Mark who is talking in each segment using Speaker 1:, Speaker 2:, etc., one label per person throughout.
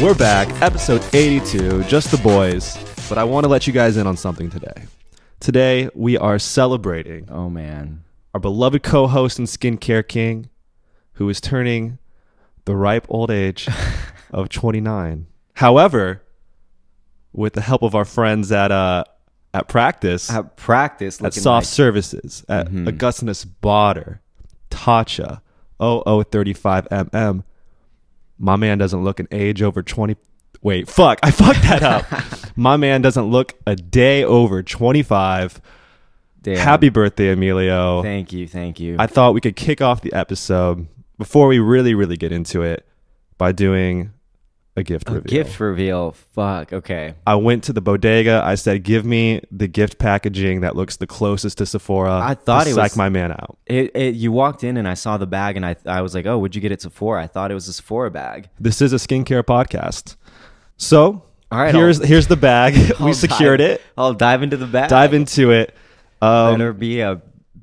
Speaker 1: We're back, episode 82, just the boys. But I want to let you guys in on something today. Today, we are celebrating
Speaker 2: Oh man.
Speaker 1: our beloved co host and skincare king, who is turning the ripe old age of 29. However, with the help of our friends at, uh, at practice,
Speaker 2: At practice
Speaker 1: at
Speaker 2: looking
Speaker 1: Soft Services, at
Speaker 2: Mm-hmm.
Speaker 1: Augustinus Botter, Tatcha, 0035mm. My man doesn't look an age over 20. Wait, fuck, I fucked that up. My man doesn't look a day over 25.
Speaker 2: like, damn.
Speaker 1: Happy birthday, Emilio.
Speaker 2: Thank you, thank you.
Speaker 1: I thought we could kick off the episode before we really, really get into it by doing a gift
Speaker 2: A
Speaker 1: review.
Speaker 2: gift reveal. Fuck. Okay.
Speaker 1: I went to the bodega. I said, "Give me the gift packaging that looks the closest to Sephora."
Speaker 2: I thought
Speaker 1: to
Speaker 2: it
Speaker 1: psych
Speaker 2: was-
Speaker 1: my man out.
Speaker 2: It, it you walked in and I saw the bag and I I was like, oh, would you get it Sephora? I thought it was a Sephora bag.
Speaker 1: This is a skincare podcast. So,
Speaker 2: All right,
Speaker 1: here's here's the bag. we
Speaker 2: I'll
Speaker 1: secured
Speaker 2: dive-
Speaker 1: it.
Speaker 2: I'll dive into the bag.
Speaker 1: Dive into it. Um,
Speaker 2: Better be a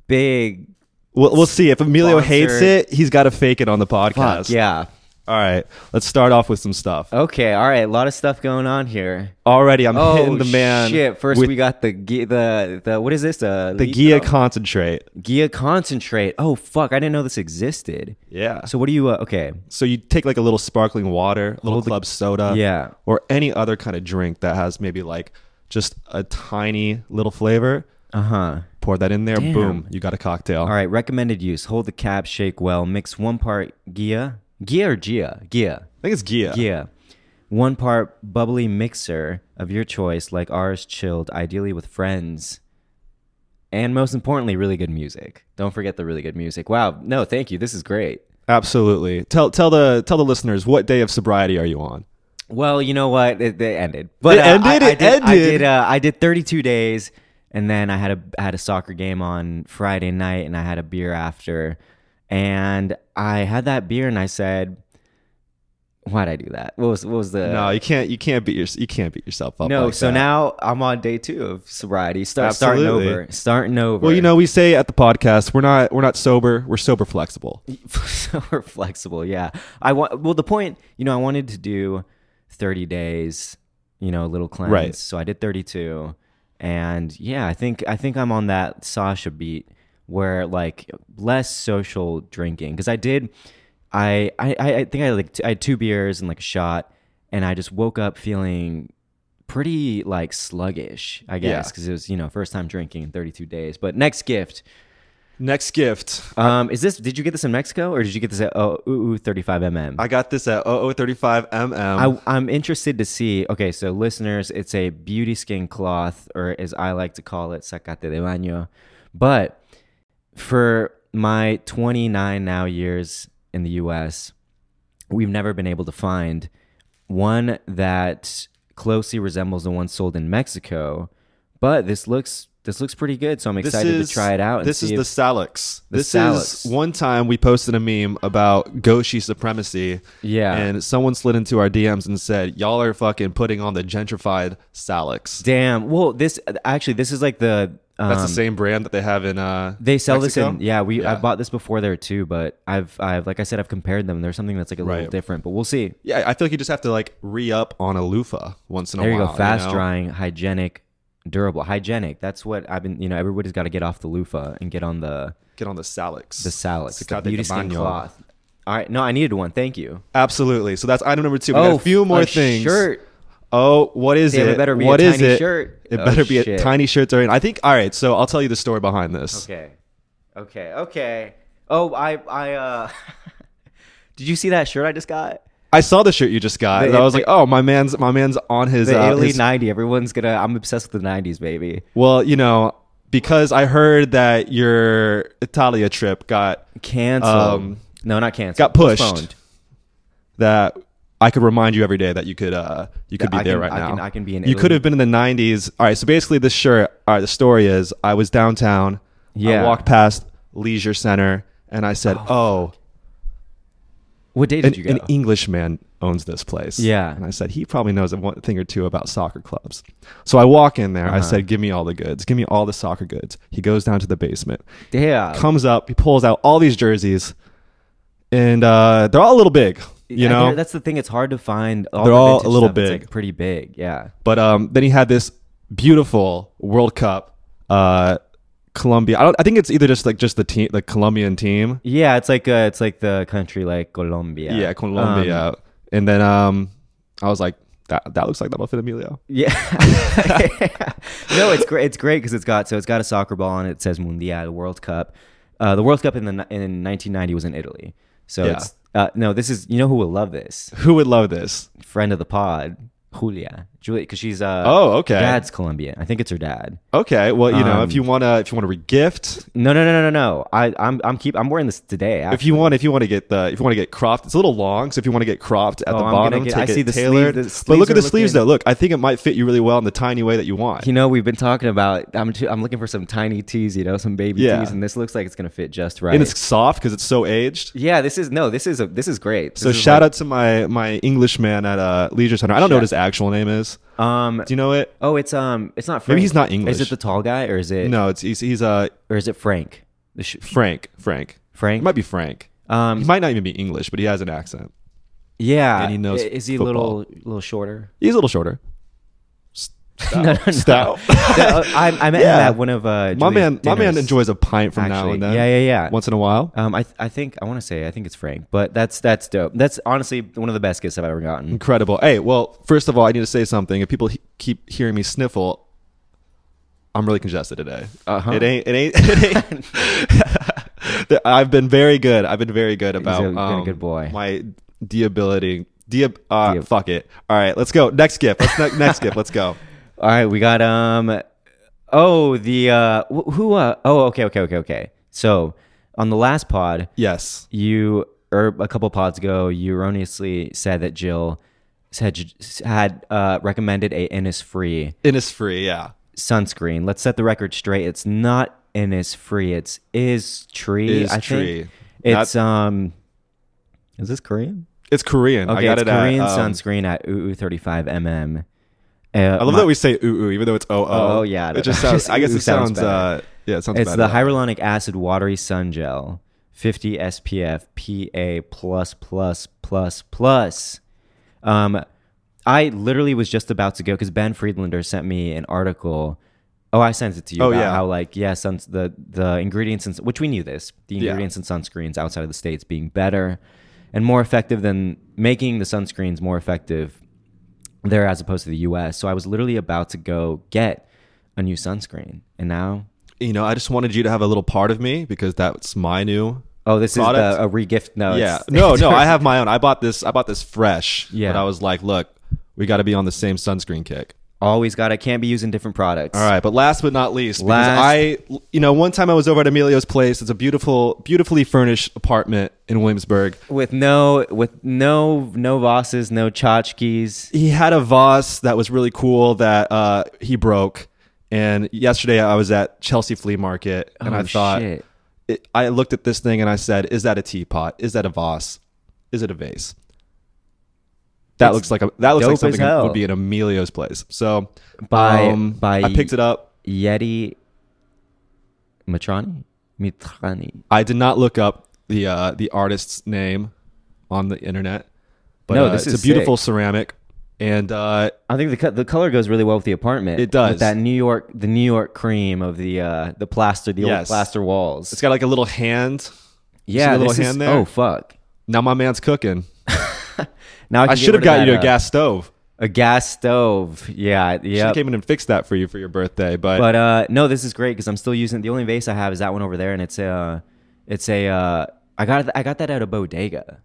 Speaker 2: big
Speaker 1: we'll, we'll see if Emilio hates
Speaker 2: Sponsored.
Speaker 1: it. He's got to fake it on the podcast.
Speaker 2: fuck. Yeah.
Speaker 1: All right. Let's start off with some stuff.
Speaker 2: Okay. All right. A lot of stuff going on here.
Speaker 1: Already, I'm
Speaker 2: Oh
Speaker 1: hitting the man.
Speaker 2: Shit. First
Speaker 1: with
Speaker 2: we got the Gia- the the what is this? Uh,
Speaker 1: the Gia concentrate.
Speaker 2: Gia concentrate. Oh fuck! I didn't know this existed.
Speaker 1: Yeah. So,
Speaker 2: So what do you? Uh, okay.
Speaker 1: you take like a little sparkling water, a little club soda,
Speaker 2: yeah.
Speaker 1: or any other kind of drink that has maybe like just a tiny little flavor.
Speaker 2: Uh huh.
Speaker 1: Pour that in there. Boom. You got a cocktail.
Speaker 2: All right, recommended use. Hold the cap, shake well, mix one part Gia, Gia or Gia? Gia.
Speaker 1: I think it's Gia.
Speaker 2: Gia. One part bubbly mixer of your choice, like ours chilled, ideally with friends. And most importantly, really good music. Don't forget the really good music. Wow. No, thank you. This is great.
Speaker 1: Absolutely. Tell tell the tell the listeners what day of sobriety are you on?
Speaker 2: Well, you know what? It, it ended. But
Speaker 1: It
Speaker 2: uh,
Speaker 1: ended?
Speaker 2: I, I
Speaker 1: It
Speaker 2: did, I
Speaker 1: ended?
Speaker 2: did. Uh, I did 32 days, and then I had a I had a soccer game on Friday night, and I had a beer after, and I had that beer, and I said, "Why'd I do that? What was what was the
Speaker 1: no, you can't you can't beat your you can't beat yourself up.
Speaker 2: No,
Speaker 1: like
Speaker 2: so
Speaker 1: that.
Speaker 2: now I'm on day two of sobriety. Start starting
Speaker 1: Absolutely.
Speaker 2: over. Starting over.
Speaker 1: Well, you know, we say at the podcast we're not we're not sober, we're sober flexible.
Speaker 2: so we're flexible yeah i want well the point you know i wanted to do 30 days you know a little cleanse
Speaker 1: Right.
Speaker 2: so i did 32 and yeah i think i think i'm on that sasha beat where like less social drinking because i did I, I i I think i like t- I had two beers and like a shot and i just woke up feeling pretty like sluggish i guess
Speaker 1: Yeah.
Speaker 2: because it was you know first time drinking in 32 days but next gift
Speaker 1: Next gift.
Speaker 2: um, is this? Did you get this in Mexico, or did you get this at oh, ooh, ooh, 35 mm?
Speaker 1: I got this at 0035 MM.
Speaker 2: I, I'm interested to see. Okay, so listeners, it's a beauty skin cloth, or as I like to call it, sacate de baño. But for my 29 now years in the U.S., we've never been able to find one that closely resembles the one sold in Mexico. But this looks this looks pretty good, so I'm excited to try it out. And
Speaker 1: This
Speaker 2: see
Speaker 1: is
Speaker 2: if-
Speaker 1: the Salix. this
Speaker 2: Salix.
Speaker 1: is one time we posted a meme about Goshi supremacy.
Speaker 2: Yeah.
Speaker 1: And someone slid into our DMs and said, Y'all are fucking putting on the gentrified Salix.
Speaker 2: Damn. Well, this actually, this is like the. Um,
Speaker 1: That's the same brand that they have in uh
Speaker 2: They sell this in.
Speaker 1: Mexico?
Speaker 2: Yeah, we.
Speaker 1: Yeah.
Speaker 2: I bought this before there too, but I've, I've, like I said, I've compared them. There's something that's like a
Speaker 1: Right.
Speaker 2: little different, but we'll see.
Speaker 1: Yeah, I feel like you just have to like re up on a loofah once in a
Speaker 2: There you
Speaker 1: while.
Speaker 2: go. Fast
Speaker 1: Oh, know?
Speaker 2: drying, hygienic, durable, hygienic. That's what I've been. You know, everybody's got to get off the loofah and get on the
Speaker 1: Get on the salix.
Speaker 2: the salix, the
Speaker 1: Sacate
Speaker 2: beauty
Speaker 1: de
Speaker 2: skin
Speaker 1: baño.
Speaker 2: cloth. All right. No, I needed one. Thank you.
Speaker 1: Absolutely. So that's item number two. We got a few more things.
Speaker 2: Oh, Shirt.
Speaker 1: Oh, what is
Speaker 2: Damn,
Speaker 1: it?
Speaker 2: it better be a
Speaker 1: What is
Speaker 2: tiny
Speaker 1: it?
Speaker 2: shirt.
Speaker 1: It
Speaker 2: Oh,
Speaker 1: better be a
Speaker 2: shit.
Speaker 1: tiny shirt. During I think. All right. So I'll tell you the story behind this.
Speaker 2: Okay. Okay. Okay. Oh, I, I. uh Did you see that shirt I just got?
Speaker 1: I saw the shirt you just got,
Speaker 2: The-
Speaker 1: and I was
Speaker 2: the-
Speaker 1: like, "Oh, my man's my man's on his,
Speaker 2: The
Speaker 1: uh,
Speaker 2: Italy
Speaker 1: his-
Speaker 2: '90. Everyone's gonna. I'm obsessed with the '90s, baby.
Speaker 1: Well, you know, because I heard that your Italia trip got
Speaker 2: Canceled.
Speaker 1: Um,
Speaker 2: no, not canceled.
Speaker 1: got pushed.
Speaker 2: Postponed.
Speaker 1: that I could remind you every day that you could uh you could be
Speaker 2: I
Speaker 1: there
Speaker 2: can-
Speaker 1: right
Speaker 2: I
Speaker 1: now.
Speaker 2: can- I can be in
Speaker 1: You could
Speaker 2: Italy.
Speaker 1: have been in the '90s. All right. So basically, this shirt. All right. The story is, I was downtown. I
Speaker 2: Yeah.
Speaker 1: walked past Leisure Center, and I said, "Oh,
Speaker 2: What day
Speaker 1: an,
Speaker 2: did you go?
Speaker 1: an e Englishman owns this place."
Speaker 2: Yeah.
Speaker 1: And I said, "He probably knows a one thing or two about soccer clubs." So I walk in
Speaker 2: Uh-huh.
Speaker 1: there. I said, "Give me all the goods. Give me all the soccer goods." He goes down to the basement,
Speaker 2: Damn.
Speaker 1: comes up, he pulls out all these jerseys, and uh, they're all a little big. You
Speaker 2: I
Speaker 1: know?
Speaker 2: get it. that's the thing. It's hard to find. All
Speaker 1: They're
Speaker 2: the
Speaker 1: all
Speaker 2: vintage
Speaker 1: a little
Speaker 2: stuff. It's, like,
Speaker 1: big.
Speaker 2: pretty big. Yeah.
Speaker 1: But um, then he had this beautiful World Cup, uh, Colombia. I don't. I think it's either just like just the team, the Colombian team.
Speaker 2: Yeah, it's like uh, it's like the country like Colombia.
Speaker 1: Yeah, Colombia.
Speaker 2: Um,
Speaker 1: and then um, I was like, that that looks like that'll fit Emilio.
Speaker 2: yeah. no, it's great. It's great because it's got so it's got a soccer ball on it. It says Mundial World Cup. Uh, the World Cup in the ni- in 1990 was in Italy. So
Speaker 1: Yeah.
Speaker 2: it's uh, no. This is you know who will love this
Speaker 1: Who would love this?
Speaker 2: friend of the pod Julia Julia because she's uh
Speaker 1: Oh, okay.
Speaker 2: dad's Colombian. I think it's her dad.
Speaker 1: Okay. Well, you know,
Speaker 2: Um,
Speaker 1: if you wanna if you wanna regift,
Speaker 2: No no no no no no. I I'm I'm keep I'm wearing this today.
Speaker 1: if you want if you want to get the if you want to get cropped, it's a little long. So if you want to get cropped at
Speaker 2: Oh,
Speaker 1: the
Speaker 2: I'm gonna
Speaker 1: bottom,
Speaker 2: get-
Speaker 1: take
Speaker 2: I
Speaker 1: it
Speaker 2: see the sleeve-
Speaker 1: tailored.
Speaker 2: the
Speaker 1: but
Speaker 2: sleeves
Speaker 1: look at
Speaker 2: are
Speaker 1: the sleeves
Speaker 2: looking-
Speaker 1: though. Look, I think it might fit you really well in the tiny way that you want.
Speaker 2: You know, we've been talking about. I'm too, I'm looking for some tiny tees, you know, some baby
Speaker 1: Yeah.
Speaker 2: tees, and this looks like it's gonna fit just right.
Speaker 1: And it's soft because it's so aged.
Speaker 2: yeah, this is no, this is a this is great.
Speaker 1: So shout out to my my English man at uh, Leisure Center. I don't know what his actual name is.
Speaker 2: out. Um,
Speaker 1: Do you know it?
Speaker 2: oh, it's um, it's not. Frank.
Speaker 1: Maybe he's not
Speaker 2: Is
Speaker 1: English.
Speaker 2: it the tall guy or is it
Speaker 1: No, it's he's, he's uh
Speaker 2: or is it Frank? The sh-
Speaker 1: Frank. Frank. It
Speaker 2: Frank.
Speaker 1: might be Frank. He
Speaker 2: um,
Speaker 1: might not even be English, but he has an accent.
Speaker 2: yeah.
Speaker 1: and he knows
Speaker 2: I- Is he a
Speaker 1: football.
Speaker 2: little little shorter?
Speaker 1: He's a little shorter.
Speaker 2: no, no, no.
Speaker 1: Stout.
Speaker 2: No, I, I met
Speaker 1: Yeah.
Speaker 2: him at one of uh.
Speaker 1: my
Speaker 2: Julie's
Speaker 1: man, my man
Speaker 2: dinners,
Speaker 1: enjoys a pint from now
Speaker 2: actually.
Speaker 1: and then.
Speaker 2: Yeah, yeah, yeah.
Speaker 1: Once in a while.
Speaker 2: Um, I th- I think I want to say I think it's Frank, but that's that's dope. That's honestly one of the best gifts I've ever gotten.
Speaker 1: Incredible. Hey, well, first of all, I need to say something. If people he- keep hearing me sniffle, I'm really congested today.
Speaker 2: Uh-huh.
Speaker 1: It ain't. It ain't. It ain't I've been very good. I've been very good about
Speaker 2: a- been a
Speaker 1: um,
Speaker 2: good boy.
Speaker 1: My deability. De- uh,
Speaker 2: Deab-
Speaker 1: fuck it. All right, let's go. Next gift. Let's ne- next gift. Let's go.
Speaker 2: All right, we got um oh the uh wh- who uh oh okay okay okay okay. So on the last pod,
Speaker 1: Yes.
Speaker 2: you or a couple pods ago, you erroneously said that Jill had had uh, recommended a Innisfree
Speaker 1: Innisfree. Yeah.
Speaker 2: sunscreen. Let's set the record straight. It's not Innisfree. It's is tree.
Speaker 1: Is
Speaker 2: I
Speaker 1: Tree.
Speaker 2: think it's um. Is this Korean?
Speaker 1: It's Korean.
Speaker 2: Okay,
Speaker 1: I got it
Speaker 2: it's
Speaker 1: at,
Speaker 2: Korean
Speaker 1: um,
Speaker 2: sunscreen at UU thirty five mm.
Speaker 1: I love that we say ooh ooh, even though it's oh oh.
Speaker 2: Oh, yeah, I
Speaker 1: It
Speaker 2: don't
Speaker 1: just
Speaker 2: know.
Speaker 1: sounds. I guess
Speaker 2: Ooh
Speaker 1: it
Speaker 2: sounds
Speaker 1: sounds.
Speaker 2: better.
Speaker 1: uh, yeah, it sounds.
Speaker 2: It's
Speaker 1: better.
Speaker 2: the hyaluronic acid watery sun gel, 50 SPF PA plus plus plus plus. Um, I literally was just about to go because Ben Friedlander sent me an article. Oh, I sent it to you.
Speaker 1: Oh,
Speaker 2: about
Speaker 1: yeah.
Speaker 2: How like yeah, suns the the ingredients in which we knew this the
Speaker 1: Yeah.
Speaker 2: ingredients in sunscreens outside of the states being better and more effective than making the sunscreens more effective there as opposed to the U.S. So I was literally about to go get a new sunscreen, and now
Speaker 1: you know, I just wanted you to have a little part of me because that's my new.
Speaker 2: Oh, this is
Speaker 1: product.
Speaker 2: the, a regift. No,
Speaker 1: yeah,
Speaker 2: it's-
Speaker 1: no, no. I have my own. I bought this. I bought this fresh.
Speaker 2: Yeah.
Speaker 1: but I was like, look, we got to be on the same sunscreen kick.
Speaker 2: always got. I can't be using different products.
Speaker 1: All right, but last but not least, because
Speaker 2: Last-
Speaker 1: I, you know, one time I was over at Emilio's place. It's a beautiful, beautifully furnished apartment in Williamsburg.
Speaker 2: With no, with no, no bosses, no tchotchkes.
Speaker 1: He had a vase that was really cool that uh, he broke. And yesterday I was at Chelsea Flea Market, and
Speaker 2: Oh,
Speaker 1: I thought,
Speaker 2: shit.
Speaker 1: it, I looked at this thing and I said, "Is that a teapot? Is that a vase? Is it a vase?" That
Speaker 2: It's
Speaker 1: looks like a that looks
Speaker 2: dope
Speaker 1: like
Speaker 2: as
Speaker 1: something that
Speaker 2: hell.
Speaker 1: would be in Emilio's place. So
Speaker 2: By-
Speaker 1: um,
Speaker 2: by-
Speaker 1: I picked it up.
Speaker 2: Yeti, Mitrani, Mitrani.
Speaker 1: I did not look up the uh, the artist's name on the internet, but
Speaker 2: No,
Speaker 1: uh,
Speaker 2: this
Speaker 1: it's
Speaker 2: is
Speaker 1: a beautiful ceramic, and uh,
Speaker 2: I think the co- the color goes really well with the apartment.
Speaker 1: It does.
Speaker 2: With that New York, the New York cream of the uh the plaster, the old
Speaker 1: Yes.
Speaker 2: plaster walls.
Speaker 1: it's got like a little hand.
Speaker 2: yeah,
Speaker 1: a little
Speaker 2: this is-
Speaker 1: hand there.
Speaker 2: Oh fuck.
Speaker 1: Now my man's cooking.
Speaker 2: Now
Speaker 1: I
Speaker 2: can get
Speaker 1: should have
Speaker 2: rid of
Speaker 1: got you
Speaker 2: that,
Speaker 1: a
Speaker 2: uh,
Speaker 1: gas stove.
Speaker 2: a gas stove. Yeah,
Speaker 1: Should
Speaker 2: yeah.
Speaker 1: have came in and fixed that for you for your birthday, but,
Speaker 2: But uh, no, this is great because I'm still using the only vase I have is that one over there, and it's a, uh, it's a, uh, I got I got that at a bodega.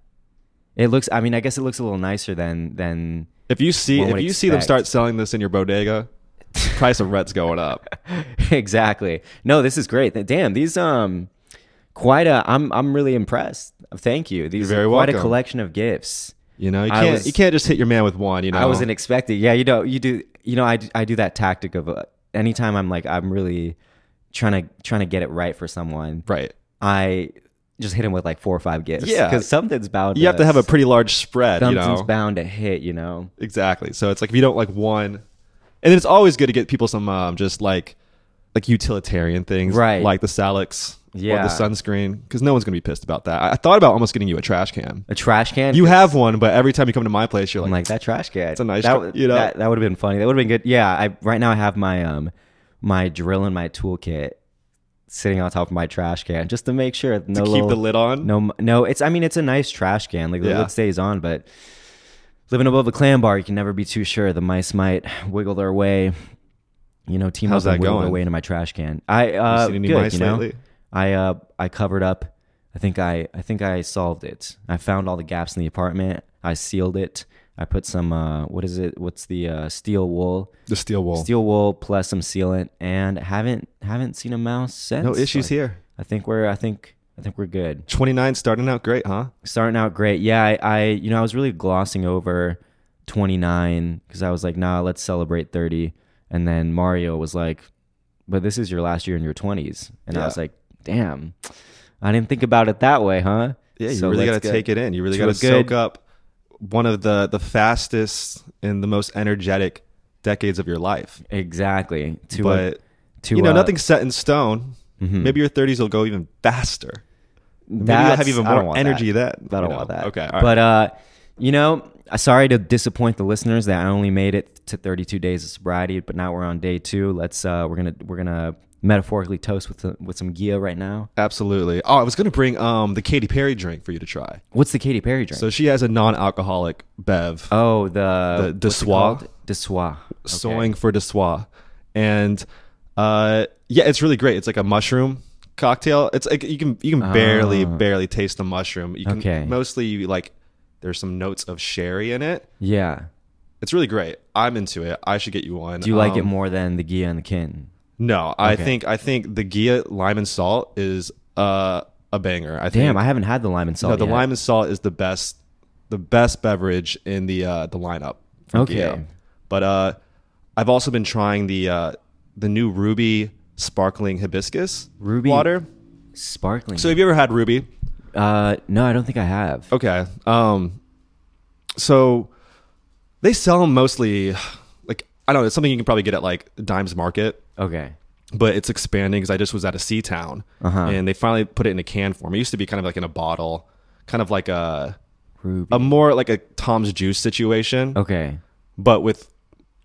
Speaker 2: It looks. I mean, I guess it looks a little nicer than than.
Speaker 1: if you see
Speaker 2: One
Speaker 1: if you
Speaker 2: would
Speaker 1: see them start
Speaker 2: expect.
Speaker 1: selling this in your bodega, price of rent's going up.
Speaker 2: exactly. No, this is great. Damn, these um, quite a. I'm I'm really impressed. Thank you. These
Speaker 1: You're very
Speaker 2: are quite a
Speaker 1: welcome.
Speaker 2: collection of gifts.
Speaker 1: You know, you
Speaker 2: I
Speaker 1: can't
Speaker 2: was-
Speaker 1: you can't just hit your man with one. You know,
Speaker 2: I wasn't expecting. Yeah, you know, you do. You know, I, d- I do that tactic of uh, anytime I'm like I'm really trying to trying to get it right for someone.
Speaker 1: right.
Speaker 2: I just hit him with like four or five gifts.
Speaker 1: Yeah.
Speaker 2: because something's bound.
Speaker 1: You have to have a pretty large spread. You
Speaker 2: something's
Speaker 1: know,
Speaker 2: bound to hit. You know,
Speaker 1: exactly. So it's like if you don't like one, and then it's always good to get people some um, just like like utilitarian things,
Speaker 2: Right.
Speaker 1: Like the Salix or
Speaker 2: Yeah.
Speaker 1: the sunscreen because no one's gonna be pissed about that. I, I thought about almost getting you a trash can.
Speaker 2: A trash can.
Speaker 1: You have one, but every time you come to my place, you're
Speaker 2: I'm
Speaker 1: like,
Speaker 2: like that trash can. It's
Speaker 1: a nice
Speaker 2: that,
Speaker 1: tr- you know?
Speaker 2: that, would have been funny. That would have been good. Yeah, I right now I have my um my drill and my toolkit sitting on top of my trash can just to make sure
Speaker 1: to
Speaker 2: no
Speaker 1: keep
Speaker 2: little-
Speaker 1: the lid on.
Speaker 2: no m- no it's I mean it's a nice trash can like the
Speaker 1: Yeah.
Speaker 2: lid stays on but living above a clam bar you can never be too sure the mice might wiggle their way you know team
Speaker 1: How's
Speaker 2: up and
Speaker 1: that
Speaker 2: wiggle their
Speaker 1: going?
Speaker 2: way into my trash can I uh
Speaker 1: seen any
Speaker 2: good,
Speaker 1: mice
Speaker 2: you know?
Speaker 1: lately?
Speaker 2: I uh I covered up I think I I think I solved it I found all the gaps in the apartment I sealed it I put some uh what is it what's the uh steel wool
Speaker 1: The steel wool.
Speaker 2: steel wool plus some sealant and haven't haven't seen a mouse since
Speaker 1: no issues
Speaker 2: Like,
Speaker 1: here.
Speaker 2: I think we're I think I think we're good
Speaker 1: 29 starting out great, huh?
Speaker 2: starting out great. Yeah, I, I you know I was really glossing over 29 because I was like, nah, let's celebrate 30. And then Mario was like, but this is your last year in your 20s, and I
Speaker 1: Yeah.
Speaker 2: was like, damn, I didn't think about it that way, huh?
Speaker 1: Yeah, you
Speaker 2: So
Speaker 1: really got
Speaker 2: let's
Speaker 1: to
Speaker 2: go-
Speaker 1: take it in. You really
Speaker 2: to
Speaker 1: got to
Speaker 2: a good-
Speaker 1: soak up one of the the fastest and the most energetic decades of your life.
Speaker 2: exactly to a,
Speaker 1: But
Speaker 2: to
Speaker 1: you know,
Speaker 2: a- Hmm. mm-hmm.
Speaker 1: nothing's set in stone. Maybe your 30s will go even faster. Maybe you'll have
Speaker 2: That's-
Speaker 1: even
Speaker 2: I don't
Speaker 1: more
Speaker 2: want
Speaker 1: energy
Speaker 2: that.
Speaker 1: then.
Speaker 2: I
Speaker 1: you
Speaker 2: don't
Speaker 1: know?
Speaker 2: want that.
Speaker 1: Okay, all right.
Speaker 2: but uh, you know, uh, sorry to disappoint the listeners that I only made it to 32 days of sobriety, but now we're on day two. Let's uh, we're gonna we're gonna metaphorically toast with the, with some gia right now.
Speaker 1: absolutely. Oh, I was gonna bring um the Katy Perry drink for you to try.
Speaker 2: What's the Katy Perry drink?
Speaker 1: So she has a non-alcoholic bev.
Speaker 2: oh, the
Speaker 1: The
Speaker 2: what's it
Speaker 1: Desois?
Speaker 2: called? Desois. Okay.
Speaker 1: Sewing for Desois. And uh, yeah, it's really great. It's like a mushroom cocktail. It's like you can you can barely barely taste the mushroom. You can
Speaker 2: Ah. Okay.
Speaker 1: mostly you like there's some notes of sherry in it.
Speaker 2: Yeah.
Speaker 1: It's really great. I'm into it. I should get you one.
Speaker 2: Do you like it
Speaker 1: Um,
Speaker 2: more than the Gia and the Kin?
Speaker 1: No, I
Speaker 2: Okay.
Speaker 1: think I think the Gia lime and salt is uh, a banger. I think
Speaker 2: Damn, I haven't had the lime and salt.
Speaker 1: no, the
Speaker 2: yet.
Speaker 1: lime and salt is the best the best beverage in the uh, the lineup. from
Speaker 2: Okay.
Speaker 1: Geo. But uh, I've also been trying the uh, the new ruby sparkling hibiscus
Speaker 2: Ruby-
Speaker 1: water.
Speaker 2: sparkling.
Speaker 1: So have you ever had ruby?
Speaker 2: uh, no, I don't think I have.
Speaker 1: Okay. Um, so they sell them mostly like I don't know. It's something you can probably get at like Dimes Market.
Speaker 2: Okay.
Speaker 1: but it's expanding because I just was at a Sea Town
Speaker 2: Uh-huh.
Speaker 1: and they finally put it in a can form. It used to be kind of like in a bottle, kind of like a
Speaker 2: Ruby.
Speaker 1: a more like a Tom's Juice situation,
Speaker 2: okay.
Speaker 1: but with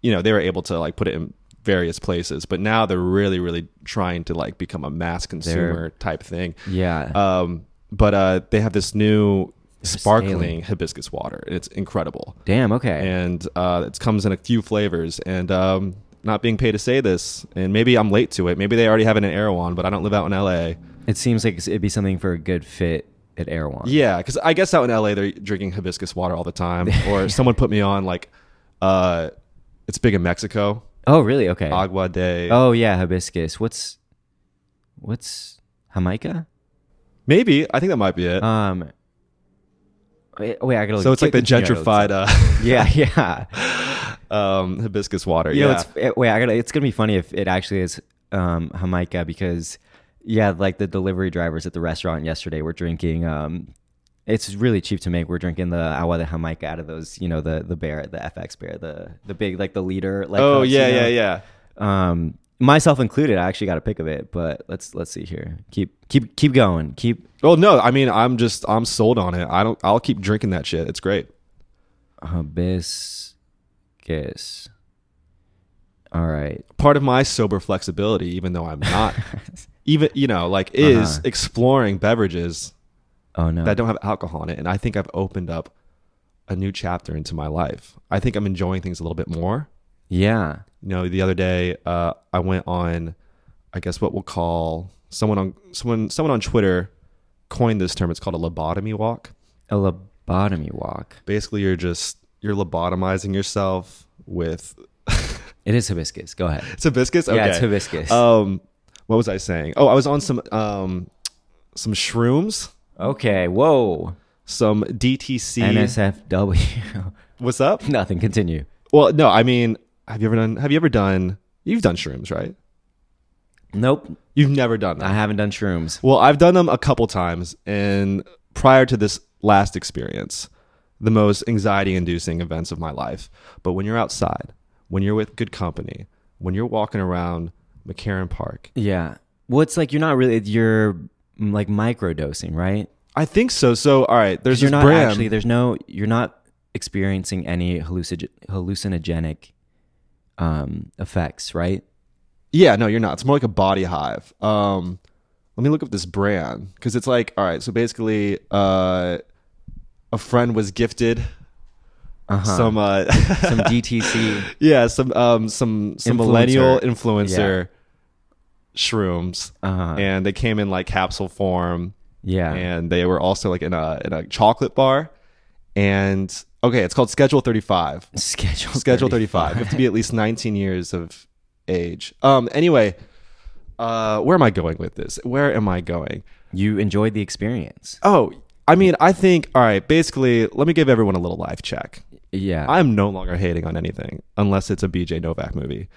Speaker 1: you know they were able to like put it in various places. But now they're really really trying to like become a mass consumer type thing.
Speaker 2: Yeah.
Speaker 1: Um, but uh, they have this new sparkling
Speaker 2: sailing.
Speaker 1: hibiscus water. and It's incredible,
Speaker 2: Damn. Okay.
Speaker 1: and uh, it comes in a few flavors and. Um, not being paid to say this, and maybe I'm late to it. Maybe they already have it in Erewhon, but I don't live out in LA.
Speaker 2: It seems like it'd be something for a good fit at Erewhon.
Speaker 1: Yeah, because I guess out in LA they're drinking hibiscus water all the time. Or someone put me on like, uh, it's big in Mexico,
Speaker 2: Oh, really? Okay.
Speaker 1: agua de.
Speaker 2: oh, yeah, hibiscus. What's what's Jamaica?
Speaker 1: Maybe I think that might be it.
Speaker 2: Um. Wait, wait, I gotta.
Speaker 1: so it's like the
Speaker 2: continue.
Speaker 1: gentrified
Speaker 2: Yeah, yeah.
Speaker 1: uh, um, hibiscus water.
Speaker 2: You
Speaker 1: yeah,
Speaker 2: know, it's it, wait. I gotta. It's gonna be funny if it actually is um Jamaica because yeah, like the delivery drivers at the restaurant yesterday were drinking um. It's really cheap to make. We're drinking the agua de Jamaica out of those, you know, the the bear, the FX bear, the the big like the leader. Like uh,
Speaker 1: oh
Speaker 2: cups, you
Speaker 1: yeah,
Speaker 2: know?
Speaker 1: yeah, yeah.
Speaker 2: um myself included i actually got a pick of it but let's let's see here keep keep keep going keep
Speaker 1: Well, no, I mean I'm just I'm sold on it. I don't. I'll keep drinking that shit. It's great.
Speaker 2: hibiscus all right
Speaker 1: Part of my sober flexibility, even though I'm not, even you know, like is
Speaker 2: Uh-huh.
Speaker 1: exploring beverages
Speaker 2: oh no
Speaker 1: that don't have alcohol in it. And I think I've opened up a new chapter into my life. I think I'm enjoying things a little bit more.
Speaker 2: yeah
Speaker 1: You know, the other day uh, I went on, I guess what we'll call someone on someone someone on Twitter coined this term. It's called a lobotomy walk.
Speaker 2: a lobotomy walk
Speaker 1: Basically, you're just you're lobotomizing yourself with
Speaker 2: it is hibiscus go ahead
Speaker 1: it's hibiscus. Okay.
Speaker 2: yeah it's hibiscus
Speaker 1: Um, what was I saying? Oh, I was on some um some shrooms,
Speaker 2: okay whoa
Speaker 1: some DTC.
Speaker 2: nsfw
Speaker 1: What's up?
Speaker 2: nothing continue
Speaker 1: Well, no, I mean, have you ever done? Have you ever done? You've done shrooms, right?
Speaker 2: nope
Speaker 1: You've never done
Speaker 2: i
Speaker 1: them.
Speaker 2: haven't done shrooms
Speaker 1: Well, I've done them a couple times, and prior to this last experience, the most anxiety-inducing events of my life. But when you're outside, when you're with good company, when you're walking around McCarran Park,
Speaker 2: yeah well it's like you're not really you're m- like microdosing, right?
Speaker 1: I think so. So all right, there's
Speaker 2: 'Cause you're
Speaker 1: this
Speaker 2: not
Speaker 1: brand.
Speaker 2: actually there's no you're not experiencing any hallucin- hallucinogenic um, effects, right?
Speaker 1: Yeah, no, you're not. It's more like a body hive. Um, let me look up this brand because it's like, all right, so basically, uh, a friend was gifted
Speaker 2: Uh-huh.
Speaker 1: some, uh,
Speaker 2: Some DTC.
Speaker 1: yeah, some, um, some, some millennial influencer shrooms,
Speaker 2: Uh-huh.
Speaker 1: and they came in like capsule form,
Speaker 2: Yeah.
Speaker 1: and they were also like in a in a chocolate bar, and okay, it's called Schedule Thirty Five.
Speaker 2: Schedule
Speaker 1: Schedule 35. You have to be at least 19 years of age. Um, anyway, uh, where am I going with this? Where am I going?
Speaker 2: You enjoyed the experience.
Speaker 1: Oh, I mean, I think, all right, basically, let me give everyone a little life check.
Speaker 2: Yeah.
Speaker 1: I'm no longer hating on anything unless it's a BJ Novak movie.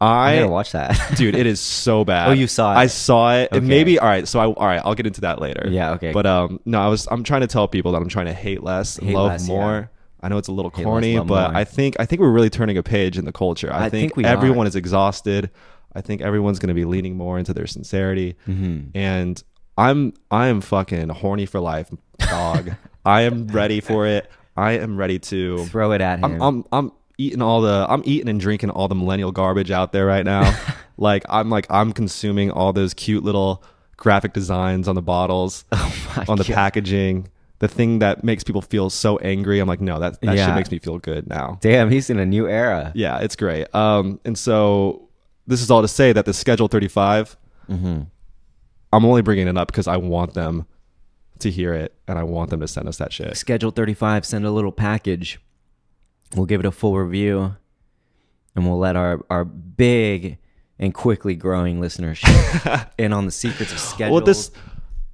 Speaker 2: I
Speaker 1: I,
Speaker 2: gotta watch that.
Speaker 1: dude, it is so bad.
Speaker 2: Oh, you saw it.
Speaker 1: I saw it.
Speaker 2: Okay.
Speaker 1: And maybe, all right, so I, all right, I'll get into that later.
Speaker 2: Yeah, okay.
Speaker 1: But, um, no, I was, I'm trying to tell people that I'm trying to hate less, and
Speaker 2: Hate
Speaker 1: love
Speaker 2: less, yeah.
Speaker 1: more. I know it's a little
Speaker 2: Hate less,
Speaker 1: corny,
Speaker 2: love
Speaker 1: but
Speaker 2: more.
Speaker 1: I think I think we're really turning a page in the culture. I,
Speaker 2: I
Speaker 1: think,
Speaker 2: think we
Speaker 1: everyone
Speaker 2: are.
Speaker 1: is exhausted. I think everyone's going to be leaning more into their sincerity,
Speaker 2: Mm-hmm.
Speaker 1: and I'm I am fucking horny for life, dog. I am ready for it. I am ready to.
Speaker 2: Throw it at him.
Speaker 1: I'm, I'm I'm eating all the I'm eating and drinking all the millennial garbage out there right now. like I'm like I'm consuming all those cute little graphic designs on the bottles,
Speaker 2: Oh my
Speaker 1: on the
Speaker 2: God.
Speaker 1: packaging. The thing that makes people feel so angry. I'm like, no, that that shit
Speaker 2: Yeah.
Speaker 1: makes me feel good now.
Speaker 2: Damn, he's in a new era.
Speaker 1: Yeah, it's great. Um, and so this is all to say that the schedule 35.
Speaker 2: Mm-hmm.
Speaker 1: I'm only bringing it up because I want them to hear it and I want them to send us that shit.
Speaker 2: Schedule 35, send a little package. We'll give it a full review and we'll let our, our big and quickly growing listenership in on the secrets of Schedule
Speaker 1: Well, this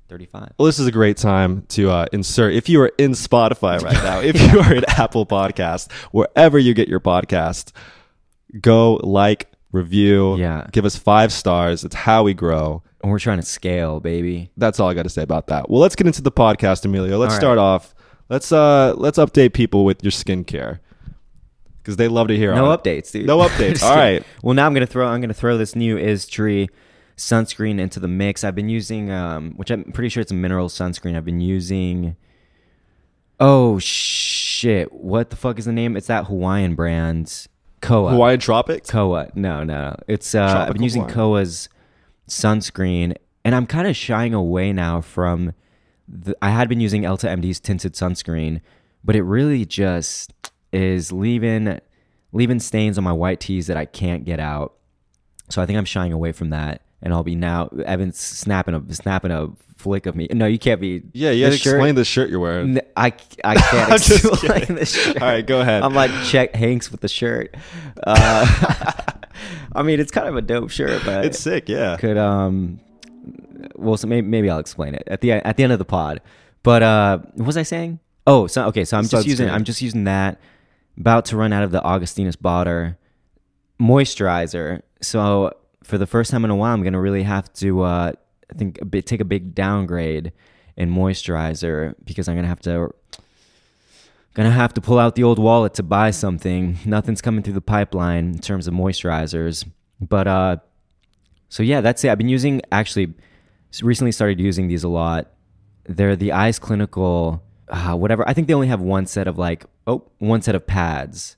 Speaker 2: 35.
Speaker 1: Well, this is a great time to uh, insert. If you are in Spotify right now, if you are in Apple Podcast, wherever you get your podcast, go like, review,
Speaker 2: Yeah.
Speaker 1: give us five stars. It's how we grow.
Speaker 2: And we're trying to scale, baby.
Speaker 1: That's all I got to say about that. Well, let's get into the podcast, Emilio. Let's
Speaker 2: All right.
Speaker 1: start off. Let's uh, let's update people with your skincare because they love to hear.
Speaker 2: No
Speaker 1: on it.
Speaker 2: updates, dude.
Speaker 1: No updates.
Speaker 2: Just
Speaker 1: all
Speaker 2: kidding.
Speaker 1: right.
Speaker 2: Well, now I'm gonna throw I'm gonna throw this new Is Tree sunscreen into the mix. I've been using, um, which I'm pretty sure it's a mineral sunscreen. I've been using. Oh shit! What the fuck is the name? It's that Hawaiian brand, Koa.
Speaker 1: Hawaiian tropics.
Speaker 2: Koa. No, no, no. It's uh, I've been
Speaker 1: Tropical
Speaker 2: using
Speaker 1: wine.
Speaker 2: Koa's sunscreen, and I'm kind of shying away now from. The, I had been using Elta MD's tinted sunscreen, but it really just is leaving leaving stains on my white tees that I can't get out. So I think I'm shying away from that, and I'll be now. Evan's snapping a snapping a flick of me. No, you can't be.
Speaker 1: Yeah, yeah.
Speaker 2: the shirt-
Speaker 1: Explain the shirt you're wearing.
Speaker 2: N- I, I can't
Speaker 1: I'm just
Speaker 2: explain
Speaker 1: kidding.
Speaker 2: this shirt.
Speaker 1: All right, go ahead.
Speaker 2: I'm like check Hanks with the shirt. Uh, I mean, it's kind of a dope shirt, but
Speaker 1: It's sick. Yeah.
Speaker 2: could um, well, so maybe, maybe I'll explain it at the at the end of the pod. But uh, what was I saying? Oh, so okay, so I'm just using
Speaker 1: Sunscreen.
Speaker 2: I'm just using that. About to run out of the Augustinus Botter moisturizer. So for the first time in a while, I'm gonna really have to uh, I think a bit, take a big downgrade in moisturizer because I'm gonna have to gonna have to pull out the old wallet to buy something. Nothing's coming through the pipeline in terms of moisturizers, but uh, so yeah, that's it. I've been using actually s- recently started using these a lot. They're the Eyes Clinical. Uh, whatever. I think they only have one set of like, oh, one set of pads.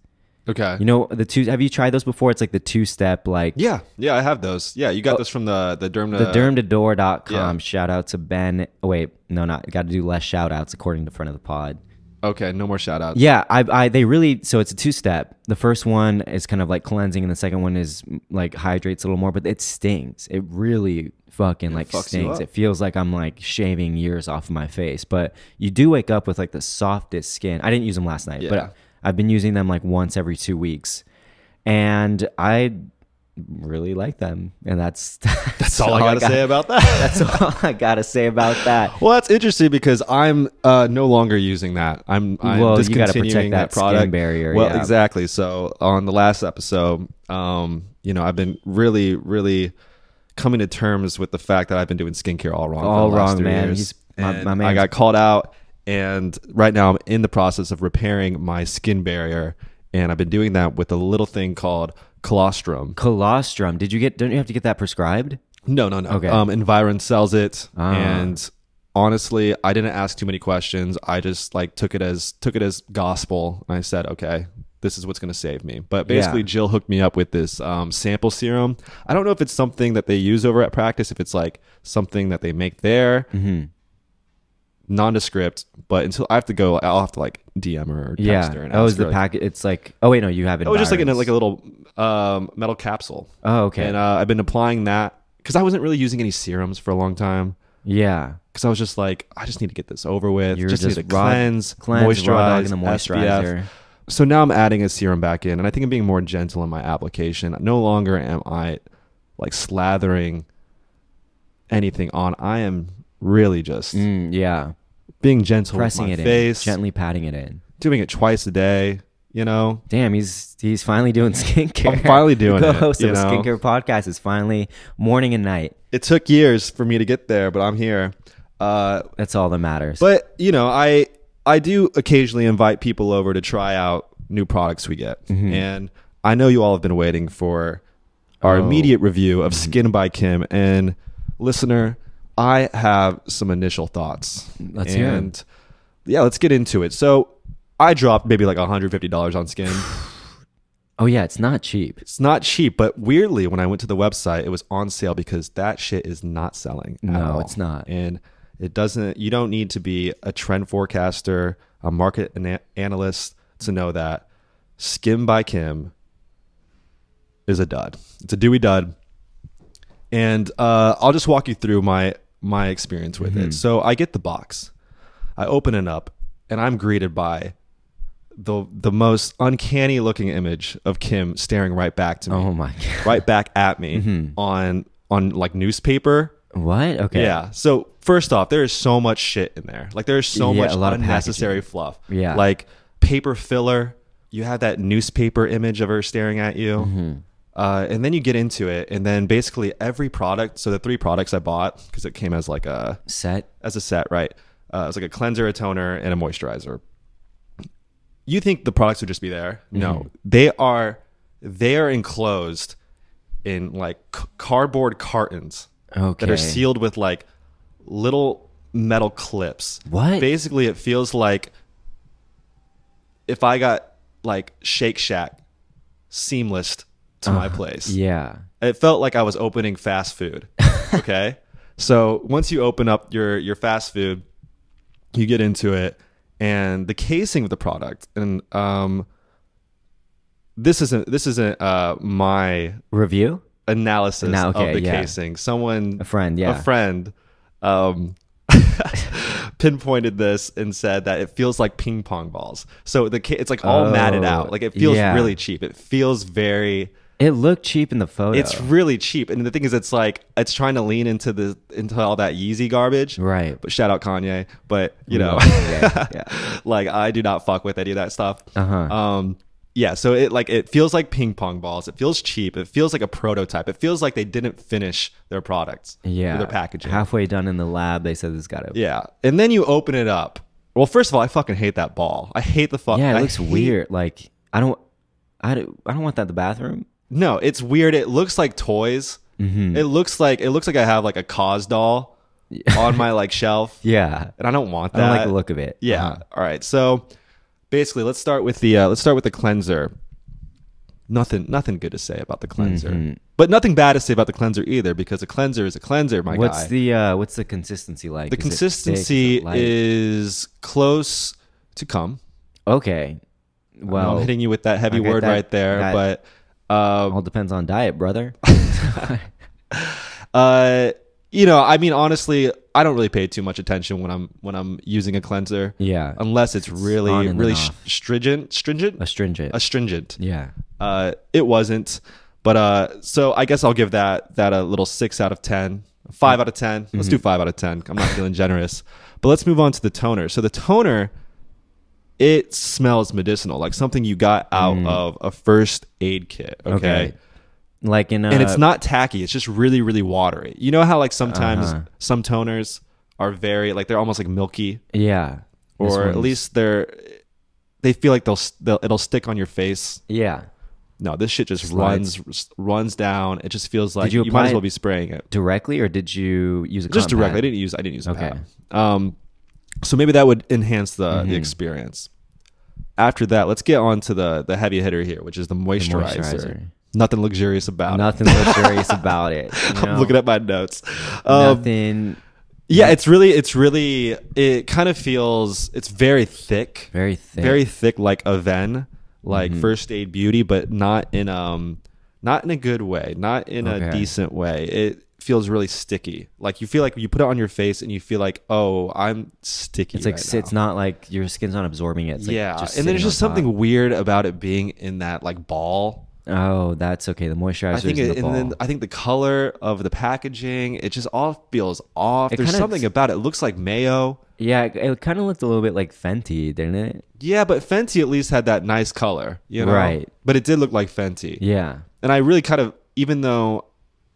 Speaker 1: Okay.
Speaker 2: You know, the two. Have you tried those before? It's like the two step, like
Speaker 1: Yeah, yeah, I have those. Yeah, you got this from the the Derm.
Speaker 2: Oh. the dermtodor.com.
Speaker 1: yeah.
Speaker 2: Shout out to Ben. Oh, wait, no, not got to do less shout outs according to front of the pod.
Speaker 1: Okay, no more shout outs.
Speaker 2: Yeah, I, I, they really. So it's a two step. The first one is kind of like cleansing, and the second one is mm, like hydrates a little more, but it stings. It really fucking like
Speaker 1: fucks you
Speaker 2: stings.
Speaker 1: up.
Speaker 2: It feels like I'm like shaving years off my face. But you do wake up with like the softest skin. I didn't use them last night,
Speaker 1: Yeah.
Speaker 2: but I've been using them like once every two weeks, and I really like them. And that's that's,
Speaker 1: that's all, I gotta say about that.
Speaker 2: That's all I gotta say about that.
Speaker 1: well, that's interesting because I'm uh, no longer using that. I'm, I'm
Speaker 2: Well, you gotta
Speaker 1: discontinuing
Speaker 2: protect that skin
Speaker 1: product
Speaker 2: barrier,
Speaker 1: Well,
Speaker 2: yeah.
Speaker 1: exactly. So on the last episode, um, you know, I've been really, really coming to terms with the fact that I've been doing skincare all wrong. for
Speaker 2: All
Speaker 1: the last
Speaker 2: wrong,
Speaker 1: three
Speaker 2: man.
Speaker 1: years.
Speaker 2: He's- my-
Speaker 1: And
Speaker 2: my
Speaker 1: I
Speaker 2: man's-
Speaker 1: got called out, and right now I'm in the process of repairing my skin barrier, and I've been doing that with a little thing called colostrum.
Speaker 2: Colostrum. Did you get? Don't you have to get that prescribed?
Speaker 1: No, no, no.
Speaker 2: Okay.
Speaker 1: Um, Environ sells it,
Speaker 2: Ah.
Speaker 1: and honestly, I didn't ask too many questions. I just like took it as took it as gospel, and I said, okay, this is what's going to save me. But basically,
Speaker 2: Yeah.
Speaker 1: Jill hooked me up with this um, sample serum. I don't know if it's something that they use over at practice, if it's like something that they make there,
Speaker 2: Mhm.
Speaker 1: nondescript. But until I have to go, I'll have to like DM her or text
Speaker 2: Yeah.
Speaker 1: her. And
Speaker 2: Oh,
Speaker 1: ask
Speaker 2: is the
Speaker 1: her, like-
Speaker 2: packet? It's like. Oh wait, no, you have it.
Speaker 1: Oh, just like in a, like a little um, metal capsule.
Speaker 2: Oh, okay.
Speaker 1: And uh, I've been applying that because I wasn't really using any serums for a long time.
Speaker 2: yeah.
Speaker 1: Because I was just like, I just need to get this over with.
Speaker 2: You're
Speaker 1: just, need to
Speaker 2: raw-
Speaker 1: cleanse,
Speaker 2: cleanse, raw
Speaker 1: moisturize,
Speaker 2: dogging the
Speaker 1: moisturizer.
Speaker 2: moisturizer.
Speaker 1: So now I'm adding a serum back in, and I think I'm being more gentle in my application. No longer am I like slathering anything on. I am really just
Speaker 2: Mm, yeah.
Speaker 1: being gentle
Speaker 2: Pressing
Speaker 1: with
Speaker 2: it
Speaker 1: my face,
Speaker 2: in, gently patting it in.
Speaker 1: doing it twice a day. You know,
Speaker 2: Damn, he's he's finally doing skincare.
Speaker 1: I'm finally doing
Speaker 2: the
Speaker 1: it,
Speaker 2: host
Speaker 1: you
Speaker 2: of a
Speaker 1: know?
Speaker 2: skincare podcast is finally morning and night.
Speaker 1: it took years for me to get there, but I'm here. Uh,
Speaker 2: That's all that matters.
Speaker 1: But you know, I I do occasionally invite people over to try out new products we get,
Speaker 2: Mm-hmm.
Speaker 1: and I know you all have been waiting for our
Speaker 2: Oh.
Speaker 1: immediate review of
Speaker 2: Mm-hmm.
Speaker 1: Skin by Kim. And listener, I have some initial thoughts.
Speaker 2: Let's
Speaker 1: and,
Speaker 2: hear it.
Speaker 1: Yeah, let's get into it. So I dropped maybe like 150 dollars on Skin.
Speaker 2: oh yeah, it's not cheap.
Speaker 1: it's not cheap, but weirdly, when I went to the website, it was on sale because that shit is not selling. at
Speaker 2: No,
Speaker 1: all.
Speaker 2: it's not.
Speaker 1: And it doesn't. You don't need to be a trend forecaster, a market ana- analyst to know that Skim by Kim is a dud. It's a Dewey dud. And uh, I'll just walk you through my my experience with
Speaker 2: Mm-hmm.
Speaker 1: it. So I get the box, I open it up, and I'm greeted by the the most uncanny looking image of Kim staring right back to me,
Speaker 2: Oh my god.
Speaker 1: right back at me
Speaker 2: Mm-hmm.
Speaker 1: on on like newspaper.
Speaker 2: What? Okay.
Speaker 1: Yeah. So first off, there is so much shit in there. Like there is so
Speaker 2: Yeah,
Speaker 1: much
Speaker 2: a lot of
Speaker 1: unnecessary fluff.
Speaker 2: Yeah.
Speaker 1: Like paper filler. You have that newspaper image of her staring at you.
Speaker 2: Mm-hmm.
Speaker 1: Uh, and then you get into it, and then basically every product. So the three products I bought because it came as like a
Speaker 2: Set.
Speaker 1: as a set, right? Uh, it's like a cleanser, a toner, and a moisturizer. You think the products would just be there?
Speaker 2: Mm-hmm.
Speaker 1: No, they are. They are enclosed in like c- cardboard cartons
Speaker 2: Okay.
Speaker 1: that are sealed with like little metal clips.
Speaker 2: What?
Speaker 1: Basically, it feels like if I got like Shake Shack seamless to my
Speaker 2: Uh-huh.
Speaker 1: place.
Speaker 2: Yeah.
Speaker 1: It felt like I was opening fast food. Okay. so once you open up your your fast food, you get into it and the casing of the product and um this isn't this isn't uh my
Speaker 2: Review.
Speaker 1: analysis
Speaker 2: Now, okay,
Speaker 1: of the
Speaker 2: yeah.
Speaker 1: casing. Someone
Speaker 2: A friend. Yeah.
Speaker 1: a friend um, pinpointed this and said that it feels like ping pong balls. So the ca- it's like all
Speaker 2: Oh,
Speaker 1: matted out. Like it feels
Speaker 2: yeah.
Speaker 1: really cheap. It feels very.
Speaker 2: It looked cheap in the photo.
Speaker 1: It's really cheap. And the thing is, it's like it's trying to lean into the into all that Yeezy garbage.
Speaker 2: right.
Speaker 1: But shout out Kanye. But you know,
Speaker 2: yeah. yeah.
Speaker 1: like I do not fuck with any of that stuff.
Speaker 2: Uh-huh.
Speaker 1: Um, yeah. So it like it feels like ping pong balls. It feels cheap. It feels like a prototype. It feels like they didn't finish their products.
Speaker 2: Yeah.
Speaker 1: Their packaging.
Speaker 2: Halfway done in the lab, they said this got to.
Speaker 1: Yeah. And then you open it up. Well, first of all, I fucking hate that ball. I hate the fuck.
Speaker 2: Yeah, it
Speaker 1: I
Speaker 2: looks
Speaker 1: hate-
Speaker 2: weird. Like I don't, I don't, I don't want that in the bathroom.
Speaker 1: No, it's weird. It looks like toys.
Speaker 2: Mm-hmm.
Speaker 1: It looks like it looks like I have like a cause doll on my like shelf,
Speaker 2: Yeah,
Speaker 1: and I don't want
Speaker 2: I
Speaker 1: that.
Speaker 2: don't like the look of it.
Speaker 1: Yeah.
Speaker 2: Uh-huh.
Speaker 1: All right. So basically, let's start with the uh, let's start with the cleanser. Nothing, nothing good to say about the cleanser,
Speaker 2: Mm-hmm.
Speaker 1: but nothing bad to say about the cleanser either, because a cleanser is a cleanser, my
Speaker 2: What's
Speaker 1: guy.
Speaker 2: the uh, what's the consistency like?
Speaker 1: the
Speaker 2: Is it thick? Is it
Speaker 1: consistency
Speaker 2: light?
Speaker 1: is close to come.
Speaker 2: okay.
Speaker 1: I know
Speaker 2: Well,
Speaker 1: I'm hitting you with that heavy
Speaker 2: okay,
Speaker 1: word
Speaker 2: that-
Speaker 1: right there,
Speaker 2: that-
Speaker 1: but um,
Speaker 2: all depends on diet, brother.
Speaker 1: uh, you know, I mean, honestly, I don't really pay too much attention when I'm when I'm using a cleanser,
Speaker 2: yeah,
Speaker 1: unless it's really
Speaker 2: on and then
Speaker 1: really sh-
Speaker 2: off.
Speaker 1: stringent, stringent,
Speaker 2: astringent.
Speaker 1: astringent.
Speaker 2: yeah.
Speaker 1: Uh, it wasn't, but uh, so I guess I'll give that that a little six out of ten. Five out of 10.
Speaker 2: Mm-hmm.
Speaker 1: Let's do five out of 10. I'm not feeling generous. But let's move on to the toner. So, the toner, it smells medicinal, like something you got out
Speaker 2: Mm.
Speaker 1: of a first aid kit. okay.
Speaker 2: Like in uh, a,
Speaker 1: and it's not tacky. It's just really, really watery. You know how like sometimes
Speaker 2: Uh-huh.
Speaker 1: some toners are very like they're almost like milky,
Speaker 2: yeah, This
Speaker 1: or at
Speaker 2: one's-
Speaker 1: least they're they feel like they'll, they'll it'll stick on your face.
Speaker 2: yeah.
Speaker 1: No, this shit just
Speaker 2: Slides.
Speaker 1: runs runs down. It just feels like
Speaker 2: you
Speaker 1: you,
Speaker 2: apply
Speaker 1: might as
Speaker 2: it-
Speaker 1: well be spraying it.
Speaker 2: Directly, or did you use a
Speaker 1: just
Speaker 2: cotton
Speaker 1: directly. I
Speaker 2: pad?
Speaker 1: didn't use I didn't use a
Speaker 2: Okay. Mm-hmm.
Speaker 1: pad. Um, so maybe that would enhance the the experience. After that, let's get on to the the heavy hitter here, which is the moisturizer.
Speaker 2: moisturizer.
Speaker 1: Nothing luxurious about it.
Speaker 2: Nothing luxurious about it. You know?
Speaker 1: I'm looking at my notes. Um,
Speaker 2: Nothing
Speaker 1: yeah, it's really it's really it kind of feels it's very thick,
Speaker 2: very Mm-hmm. thin.
Speaker 1: very thick like Aven, like first aid beauty, but not in um not in a good way, not in
Speaker 2: Okay.
Speaker 1: a decent way. It feels really sticky. Like you feel like you put it on your face and you feel like, oh, I'm sticky.
Speaker 2: It's like
Speaker 1: right
Speaker 2: si-
Speaker 1: now.
Speaker 2: it's not like your skin's not absorbing it. It's like
Speaker 1: yeah,
Speaker 2: just
Speaker 1: and there's
Speaker 2: sitting
Speaker 1: just
Speaker 2: on top.
Speaker 1: something weird about it being in that like ball.
Speaker 2: Oh, that's okay. The moisturizer
Speaker 1: I think,
Speaker 2: is
Speaker 1: it,
Speaker 2: in the ball.
Speaker 1: and then I think the color of the packaging, it just all feels off.
Speaker 2: It
Speaker 1: There's
Speaker 2: kinda-
Speaker 1: something about it. It looks like mayo.
Speaker 2: yeah, it, kind of looked a little bit like Fenty, didn't it?
Speaker 1: Yeah, but Fenty at least had that nice color, you know.
Speaker 2: Right.
Speaker 1: But it did look like Fenty.
Speaker 2: Yeah.
Speaker 1: And I really kind of, even though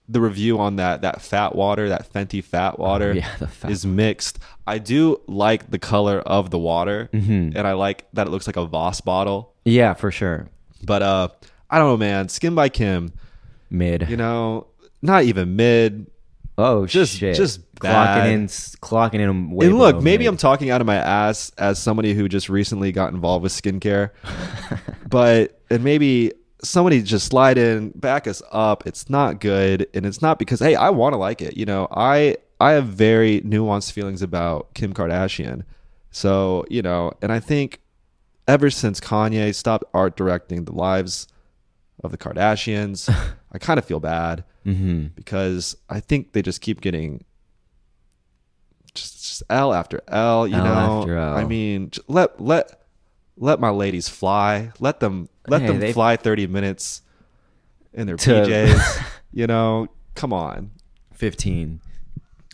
Speaker 1: the review on that that fat water, that Fenty fat water,
Speaker 2: Oh, yeah, the fat-
Speaker 1: is mixed. I do like the color of the water,
Speaker 2: Mm-hmm.
Speaker 1: and I like that it looks like a Voss bottle.
Speaker 2: Yeah, for sure.
Speaker 1: But uh, I don't know, man. Skin by Kim,
Speaker 2: Mid.
Speaker 1: you know, not even mid.
Speaker 2: oh
Speaker 1: just-
Speaker 2: shit.
Speaker 1: just
Speaker 2: clocking
Speaker 1: bad.
Speaker 2: in, s- clocking in. Way
Speaker 1: And look,
Speaker 2: below
Speaker 1: maybe
Speaker 2: mid.
Speaker 1: I'm talking out of my ass as somebody who just recently got involved with skincare, but and maybe somebody just slide in, back us up. It's not good, and it's not because hey, I want to like it. You know, I I have very nuanced feelings about Kim Kardashian, so you know, and I think ever since Kanye stopped art directing the lives of the Kardashians, I kind of feel bad
Speaker 2: Mm-hmm.
Speaker 1: because I think they just keep getting just, just L after L. You
Speaker 2: L
Speaker 1: know,
Speaker 2: after L.
Speaker 1: I mean, j- let let let my ladies fly. Let them let
Speaker 2: Hey,
Speaker 1: them
Speaker 2: they-
Speaker 1: fly thirty minutes in their
Speaker 2: To-
Speaker 1: PJs. you know, come on.
Speaker 2: fifteen.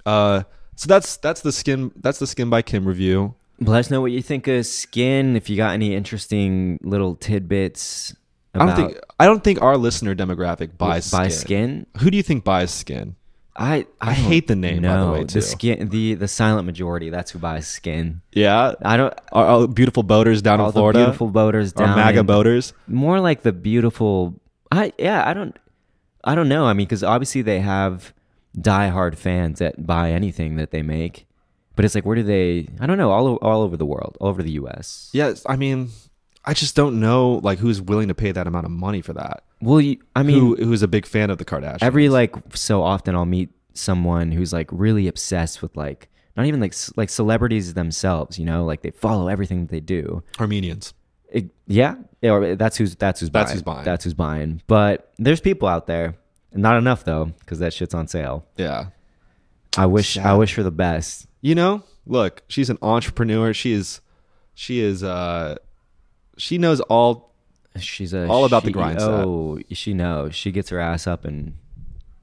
Speaker 1: Uh, so that's that's the skin that's the skin by Kim review.
Speaker 2: But let us know what you think of skin. If you got any interesting little tidbits about
Speaker 1: I don't think I don't think our listener demographic buys
Speaker 2: by
Speaker 1: skin.
Speaker 2: skin,
Speaker 1: Who do you think buys skin?
Speaker 2: I I,
Speaker 1: I
Speaker 2: don't
Speaker 1: hate the name, by the
Speaker 2: know.
Speaker 1: way, too.
Speaker 2: skin the the silent majority. That's who buys skin.
Speaker 1: Yeah,
Speaker 2: I don't.
Speaker 1: our, our beautiful boaters down
Speaker 2: All
Speaker 1: in Florida,
Speaker 2: the beautiful boaters
Speaker 1: our
Speaker 2: down
Speaker 1: MAGA
Speaker 2: in-
Speaker 1: boaters.
Speaker 2: more like the beautiful i yeah i don't i don't know i mean because obviously they have diehard fans that buy anything that they make but it's like where do they i don't know all, o- all over the world all over the us
Speaker 1: Yes, I mean, I just don't know like who's willing to pay that amount of money for that.
Speaker 2: well you, i mean
Speaker 1: Who who's a big fan of the Kardashians?
Speaker 2: every like so often i'll meet someone who's like really obsessed with like not even like c- like celebrities themselves you know like they follow everything that they do
Speaker 1: Armenians.
Speaker 2: It- yeah, yeah, or that's who's that's who's
Speaker 1: That's
Speaker 2: buying.
Speaker 1: who's buying.
Speaker 2: That's who's buying. But there's people out there, not enough though, because that shit's on sale.
Speaker 1: Yeah,
Speaker 2: I wish I
Speaker 1: Sad.
Speaker 2: wish for the best.
Speaker 1: you know, look, she's an entrepreneur. She is, she is, uh, she knows all.
Speaker 2: She's a
Speaker 1: All about the grind, Seth.
Speaker 2: Oh, she knows. She gets her ass up and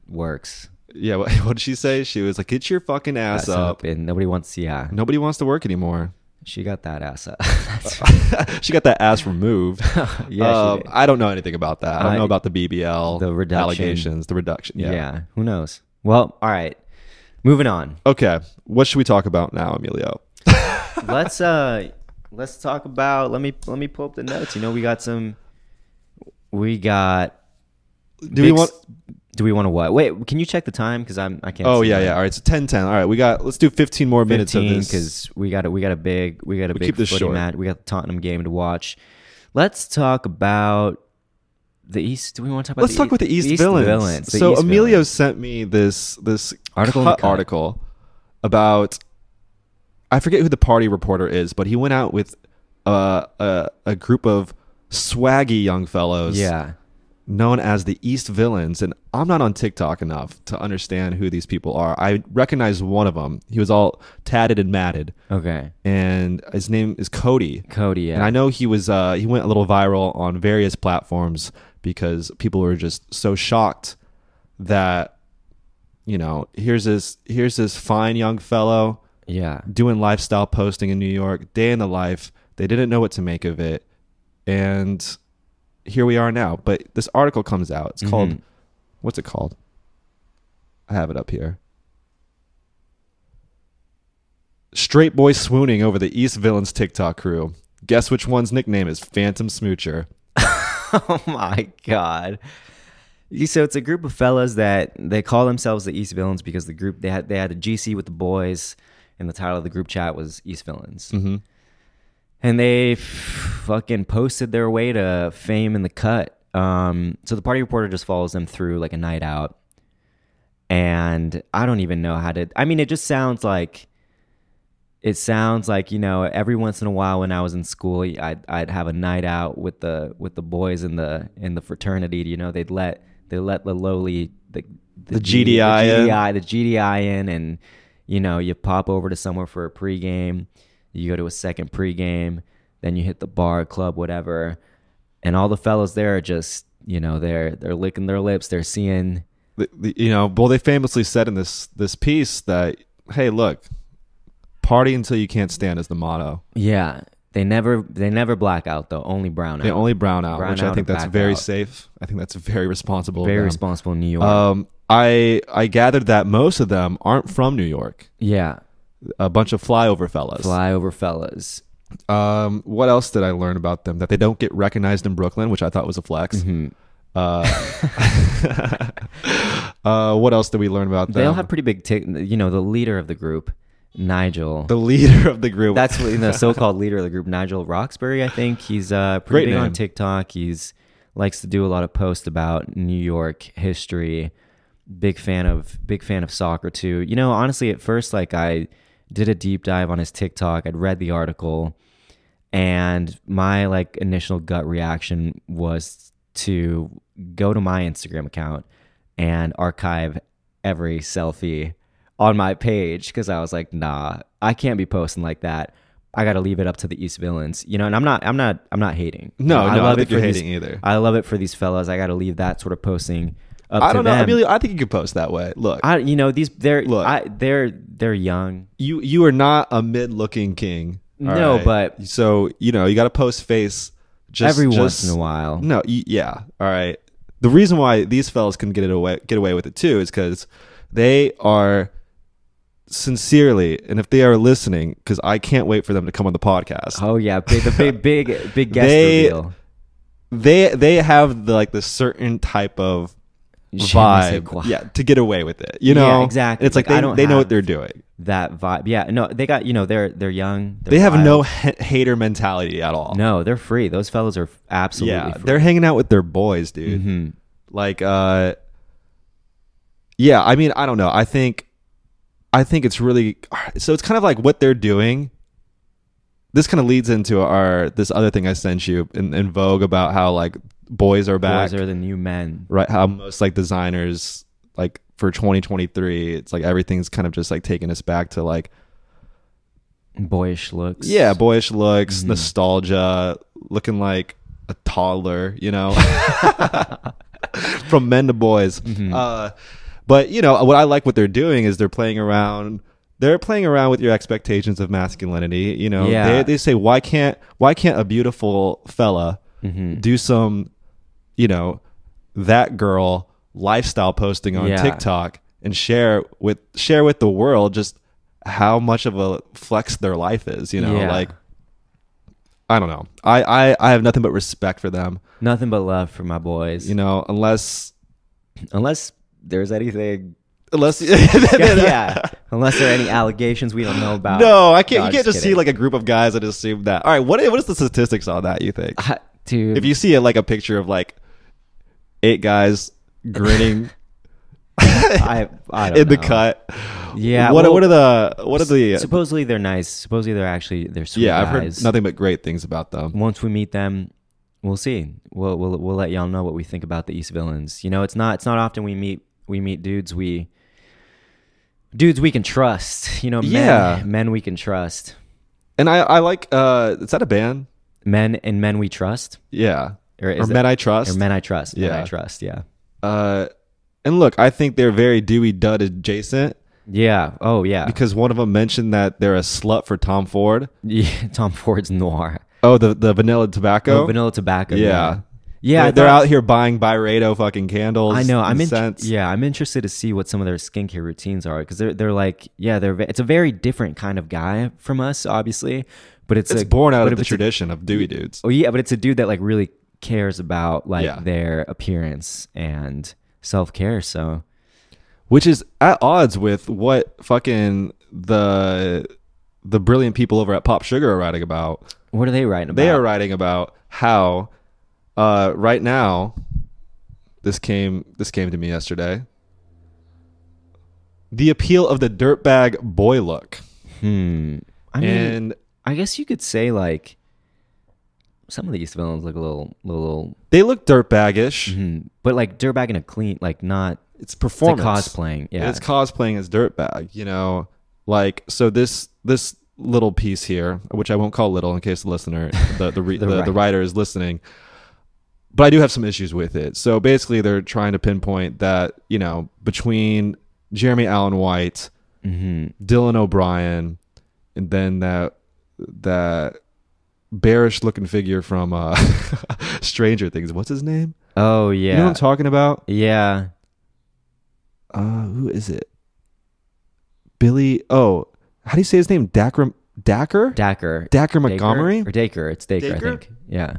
Speaker 2: works
Speaker 1: Yeah, what, what did she say? She was like, "Get your fucking ass,
Speaker 2: ass
Speaker 1: up.
Speaker 2: up, and nobody wants. Yeah,
Speaker 1: Nobody wants to work anymore.
Speaker 2: she got that ass up.
Speaker 1: she got that ass removed. Um,
Speaker 2: Yeah, she did.
Speaker 1: I don't know anything about that. I don't
Speaker 2: I-
Speaker 1: know about the BBL,
Speaker 2: the reduction.
Speaker 1: allegations, the reduction.
Speaker 2: yeah.
Speaker 1: Yeah.
Speaker 2: who knows? Well, all right. Moving on.
Speaker 1: Okay, what should we talk about now, Emilio?
Speaker 2: let's uh, let's talk about. Let me let me pull up the notes. You know, we got some. We got
Speaker 1: Do we
Speaker 2: Big
Speaker 1: want?
Speaker 2: s- Do we want to what? Wait, can you check the time? Because I'm I can't.
Speaker 1: Oh
Speaker 2: see
Speaker 1: yeah,
Speaker 2: mine.
Speaker 1: yeah. All right, so 10 10. All right, we got. Let's do fifteen more minutes of
Speaker 2: Fifteen
Speaker 1: this.
Speaker 2: because we got a we got a big we got a big
Speaker 1: keep this
Speaker 2: footy
Speaker 1: short.
Speaker 2: mat. We got the Tottenham game to watch. Let's talk about the East. Do we want to talk about?
Speaker 1: let's
Speaker 2: the
Speaker 1: talk
Speaker 2: E-
Speaker 1: about the East,
Speaker 2: East
Speaker 1: villains.
Speaker 2: The
Speaker 1: So
Speaker 2: East
Speaker 1: Emilio
Speaker 2: villains.
Speaker 1: sent me this this
Speaker 2: Article in
Speaker 1: cut
Speaker 2: the Cut.
Speaker 1: article about I forget who the party reporter is, but he went out with uh, a a group of swaggy young fellows,
Speaker 2: Yeah,
Speaker 1: known as the East villains. And I'm not on TikTok enough to understand who these people are. I recognize one of them. He was all tatted and matted,
Speaker 2: okay,
Speaker 1: and his name is Cody.
Speaker 2: Cody. Yeah,
Speaker 1: And I know he was uh, he went a little viral on various platforms because people were just so shocked that you know here's this here's this fine young fellow
Speaker 2: Yeah,
Speaker 1: doing lifestyle posting in New York, day in the life. They didn't know what to make of it, and here we are now. But this article comes out. It's called
Speaker 2: Mhm.
Speaker 1: what's it called? I have it up here. Straight boy swooning over the East Villains TikTok crew. Guess which one's nickname is Phantom Smoocher.
Speaker 2: oh my god. You- So it's a group of fellas that they call themselves the East Villains because the group they had they had a GC with the boys, and the title of the group chat was East Villains,
Speaker 1: Mm-hmm.
Speaker 2: and they f- fucking posted their way to fame in the cut. Um, so the party reporter just follows them through like a night out, and I don't even know how to. I mean, it just sounds like it sounds like you know every once in a while when I was in school, I'd I'd have a night out with the with the boys in the in the fraternity. You know, they'd let they let the lowly the
Speaker 1: The
Speaker 2: G-
Speaker 1: GDI
Speaker 2: the
Speaker 1: in.
Speaker 2: GDI the GDI in, and you know you pop over to somewhere for a pregame, you go to a second pregame, then you hit the bar, club, whatever, and all the fellows there are just you know they're they're licking their lips, they're seeing
Speaker 1: the, the, you know, well, they famously said in this this piece that, "Hey, look, party until you can't stand" is the motto.
Speaker 2: yeah. They never, they never black out though. Only brown out.
Speaker 1: They only brown out,
Speaker 2: Brown
Speaker 1: which
Speaker 2: out
Speaker 1: I think
Speaker 2: and
Speaker 1: that's
Speaker 2: back
Speaker 1: very
Speaker 2: out.
Speaker 1: safe. I think that's very responsible. of
Speaker 2: very
Speaker 1: them.
Speaker 2: responsible in New York.
Speaker 1: Um, I I gathered that most of them aren't from New York.
Speaker 2: yeah,
Speaker 1: A bunch of flyover fellas.
Speaker 2: flyover fellas.
Speaker 1: Um, what else did I learn about them? That they don't get recognized in Brooklyn, which I thought was a flex.
Speaker 2: Mm-hmm.
Speaker 1: Uh, uh, what else did we learn about
Speaker 2: They all
Speaker 1: them?
Speaker 2: have pretty big, tick you know, the leader of the group, Nigel.
Speaker 1: the leader of the group.
Speaker 2: That's what, the so-called leader of the group, Nigel Roxbury. I think he's uh, pretty
Speaker 1: Great
Speaker 2: big on
Speaker 1: name.
Speaker 2: TikTok. He's likes to do a lot of posts about New York history. Big fan of big fan of soccer too. You know, honestly, at first, like I did a deep dive on his TikTok. I'd read the article, and my like initial gut reaction was to go to my Instagram account and archive every selfie on my page because I was like, nah, I can't be posting like that. I got to leave it up to the East Villains, you know. And I'm not, I'm not, I'm not hating.
Speaker 1: no,
Speaker 2: You know,
Speaker 1: no, I don't think
Speaker 2: for
Speaker 1: you're
Speaker 2: these-
Speaker 1: hating either.
Speaker 2: I love it for these fellas. I got to leave that sort of posting up
Speaker 1: I
Speaker 2: to
Speaker 1: don't know.
Speaker 2: them.
Speaker 1: I mean, I think you could post that way. Look,
Speaker 2: I, you know, these they're
Speaker 1: Look.
Speaker 2: I, they're they're young.
Speaker 1: you you are not a mid looking king. all
Speaker 2: No, but-
Speaker 1: so you know you got to post face just
Speaker 2: Every once
Speaker 1: just-
Speaker 2: in a while,
Speaker 1: No, y- yeah, all right. The reason why these fellas can get it away get away with it too is because they are sincerely, and if they are listening, because I can't wait for them to come on the podcast.
Speaker 2: Oh yeah, big, the big big big guest
Speaker 1: They-
Speaker 2: reveal.
Speaker 1: They they have the, like the certain type of
Speaker 2: Je ne sais
Speaker 1: vibe,
Speaker 2: quoi.
Speaker 1: yeah, to get away with it. You know,
Speaker 2: exactly.
Speaker 1: It's like,
Speaker 2: Like, I
Speaker 1: they,
Speaker 2: don't
Speaker 1: they know
Speaker 2: have-
Speaker 1: what they're doing.
Speaker 2: That vibe. Yeah, no, they got you know they're they're young. they're
Speaker 1: They have
Speaker 2: wild.
Speaker 1: no ha- hater mentality at all.
Speaker 2: no. They're free. Those fellas are f- absolutely
Speaker 1: yeah,
Speaker 2: free.
Speaker 1: they're hanging out with their boys, dude.
Speaker 2: Mhm.
Speaker 1: Like, uh, yeah, I mean, I don't know. I think, I think it's really so. It's kind of like what they're doing. This kind of leads into our this other thing I sent you in, in Vogue about how like boys are back,
Speaker 2: Boys are the new men.
Speaker 1: right? How most like designers like for 2023, it's like everything's kind of just like taking us back to like
Speaker 2: Boyish looks.
Speaker 1: yeah, boyish looks,
Speaker 2: Mm-hmm.
Speaker 1: nostalgia, looking like a toddler, you know, from men to boys.
Speaker 2: Mm-hmm.
Speaker 1: Uh, but you know what I like what they're doing is they're playing around. They're playing around with your expectations of masculinity. You know,
Speaker 2: Yeah.
Speaker 1: they, they say why can't why can't a beautiful fella
Speaker 2: Mm-hmm.
Speaker 1: do some, you know, that girl lifestyle posting on
Speaker 2: Yeah.
Speaker 1: TikTok and share with share with the world just how much of a flex their life is. You know,
Speaker 2: Yeah.
Speaker 1: like I don't know. I, I I have nothing but respect for them.
Speaker 2: Nothing but love for my boys.
Speaker 1: You know, unless
Speaker 2: Unless there's anything.
Speaker 1: unless
Speaker 2: yeah. Unless there are any allegations we don't know about.
Speaker 1: No, I can't.
Speaker 2: No,
Speaker 1: you
Speaker 2: I'm
Speaker 1: can't just, see
Speaker 2: kidding.
Speaker 1: like a group of guys and assume that. All right, what what is the statistics on that? You think
Speaker 2: Ah, dude.
Speaker 1: if you see like a picture of like eight guys grinning
Speaker 2: I, I don't
Speaker 1: in the
Speaker 2: know.
Speaker 1: cut?
Speaker 2: Yeah,
Speaker 1: What
Speaker 2: well,
Speaker 1: what are the what are the?
Speaker 2: Supposedly they're nice. Supposedly they're actually they're sweet
Speaker 1: yeah, I've
Speaker 2: guys.
Speaker 1: heard nothing but great things about them.
Speaker 2: once we meet them, we'll see. We'll we'll we'll let y'all know what we think about the East Villains. You know, it's not it's not often we meet we meet dudes we dudes we can trust. You know, men,
Speaker 1: Yeah.
Speaker 2: men we can trust.
Speaker 1: And I I like uh, is that a band?
Speaker 2: Men and men we trust.
Speaker 1: Yeah,
Speaker 2: Or
Speaker 1: or
Speaker 2: is it-
Speaker 1: Men I Trust.
Speaker 2: or men I trust. Men I
Speaker 1: Yeah.
Speaker 2: trust, yeah.
Speaker 1: uh, and look, I think they're very Dewey Dud adjacent
Speaker 2: Yeah. Oh yeah.
Speaker 1: because one of them mentioned that they're a slut for Tom Ford.
Speaker 2: yeah. Tom Ford's noir.
Speaker 1: Oh, the the vanilla tobacco.
Speaker 2: Oh, vanilla tobacco.
Speaker 1: Yeah.
Speaker 2: Yeah,
Speaker 1: they're,
Speaker 2: I
Speaker 1: they're
Speaker 2: thought-
Speaker 1: out here buying Byredo fucking candles.
Speaker 2: I know. I'm
Speaker 1: in.
Speaker 2: in, yeah. I'm interested to see what some of their skincare routines are because they're they're like yeah they're ve- it's a very different kind of guy from us obviously, but it's
Speaker 1: It's
Speaker 2: a,
Speaker 1: born out
Speaker 2: but
Speaker 1: of the
Speaker 2: it's a-
Speaker 1: tradition of Dewey dudes.
Speaker 2: oh yeah, but it's a dude that like really cares about like
Speaker 1: Yeah.
Speaker 2: their appearance and self care. So
Speaker 1: which is at odds with what fucking the the brilliant people over at Pop Sugar are writing about.
Speaker 2: what are they writing about?
Speaker 1: They are writing about how uh, right now this came this came to me yesterday. The appeal of the dirtbag boy look,
Speaker 2: Hmm. I mean,
Speaker 1: and
Speaker 2: I guess you could say like some of these villains look a little, little,
Speaker 1: they look dirtbaggish.
Speaker 2: hmm, but like dirtbag in a clean, like not
Speaker 1: It's
Speaker 2: it's like
Speaker 1: performance,
Speaker 2: cosplaying. Yeah.
Speaker 1: It's cosplaying as dirtbag, you know. Like so this this little piece here, which I won't call little in case the listener the the re,
Speaker 2: The
Speaker 1: the, the,
Speaker 2: writer.
Speaker 1: writer is listening. But I do have some issues with it. So basically they're trying to pinpoint that, you know, between Jeremy Allen White,
Speaker 2: hmm
Speaker 1: Dylan O'Brien, and then that that bearish looking figure from uh Stranger Things. What's his name?
Speaker 2: Oh yeah.
Speaker 1: You know what I'm talking about?
Speaker 2: yeah.
Speaker 1: uh, who is it? Billy. Oh, how do you say his name? Dacker. Dacker.
Speaker 2: Dacker.
Speaker 1: Dacker
Speaker 2: Daker?
Speaker 1: Montgomery.
Speaker 2: or Dacre. It's Dacre, I
Speaker 1: Dacre?
Speaker 2: think. Yeah.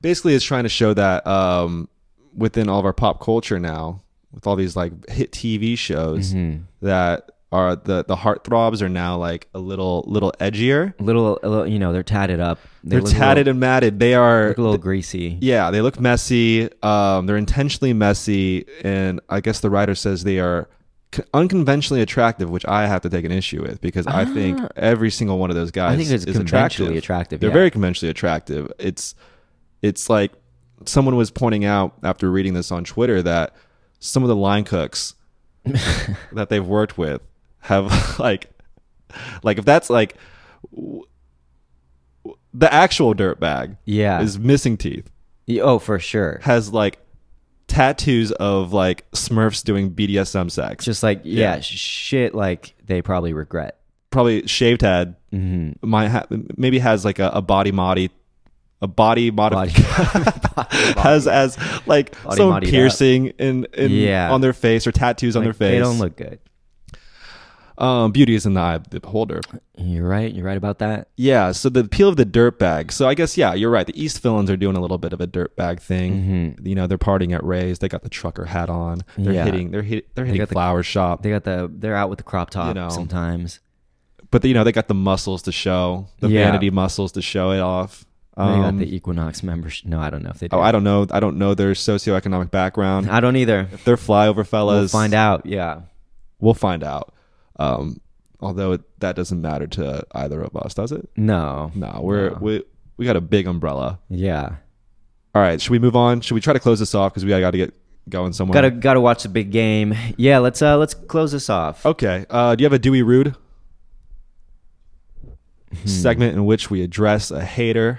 Speaker 1: Basically, it's trying to show that um, within all of our pop culture now, with all these like hit TV shows
Speaker 2: Mhm.
Speaker 1: that are the the heartthrobs are now like a little little edgier.
Speaker 2: Little, a little, you know, they're tatted up. They
Speaker 1: They are
Speaker 2: look a
Speaker 1: tatted
Speaker 2: little,
Speaker 1: and matted. They are.
Speaker 2: look a little greasy.
Speaker 1: yeah, they look messy. Um, they're intentionally messy, and I guess the writer says they are c- unconventionally attractive, which I have to take an issue with because I think every single one of those guys
Speaker 2: Ah. I think it's
Speaker 1: is
Speaker 2: conventionally
Speaker 1: attractive.
Speaker 2: attractive.
Speaker 1: They're
Speaker 2: yeah.
Speaker 1: very conventionally attractive. It's it's like someone was pointing out after reading this on Twitter that some of the line cooks that they've worked with have like like if that's like w- w- the actual dirtbag
Speaker 2: yeah.
Speaker 1: is missing teeth
Speaker 2: Y- oh, for sure.
Speaker 1: has like tattoos of like Smurfs doing BDSM sex.
Speaker 2: Just like yeah,
Speaker 1: Yeah.
Speaker 2: sh- shit. Like they probably regret.
Speaker 1: Probably shaved head.
Speaker 2: hmm
Speaker 1: Might ha- maybe has like a, a body modi, a body
Speaker 2: Body,
Speaker 1: modification. has as like
Speaker 2: Body
Speaker 1: some
Speaker 2: modied up.
Speaker 1: piercing in, in
Speaker 2: Yeah.
Speaker 1: on their face or tattoos on
Speaker 2: like,
Speaker 1: their face.
Speaker 2: They don't look good.
Speaker 1: um, beauty is in the eye of the beholder.
Speaker 2: You're right. You're right about that.
Speaker 1: Yeah. So the appeal of the dirtbag. So I guess yeah, you're right. The East villains are doing a little bit of a dirtbag thing. You know, they're partying at Ray's. They got the trucker hat on. They're
Speaker 2: Mm-hmm. Yeah.
Speaker 1: hitting. They're hit, They're hitting
Speaker 2: got the-
Speaker 1: flower shop.
Speaker 2: They got the. They're out with the crop top
Speaker 1: know.
Speaker 2: sometimes.
Speaker 1: but you know they got the muscles to show the
Speaker 2: Yeah.
Speaker 1: vanity muscles to show it off.
Speaker 2: they got
Speaker 1: Um,
Speaker 2: the Equinox membership. No, I don't know if they do.
Speaker 1: oh, I don't know. I don't know their socioeconomic background.
Speaker 2: I don't either.
Speaker 1: They're flyover
Speaker 2: We'll
Speaker 1: fellas.
Speaker 2: find out. Yeah.
Speaker 1: We'll find out. Um, although it, that doesn't matter to either of us, does it?
Speaker 2: No.
Speaker 1: No, we're
Speaker 2: No.
Speaker 1: we we got a big umbrella.
Speaker 2: Yeah.
Speaker 1: All right, should we move on? Should we try to close this off because we got to get going somewhere?
Speaker 2: Gotta gotta watch the big game. Yeah. Let's uh let's close this off.
Speaker 1: Okay. Uh, do you have a Dewey Rude
Speaker 2: Hmm.
Speaker 1: segment in which we address a hater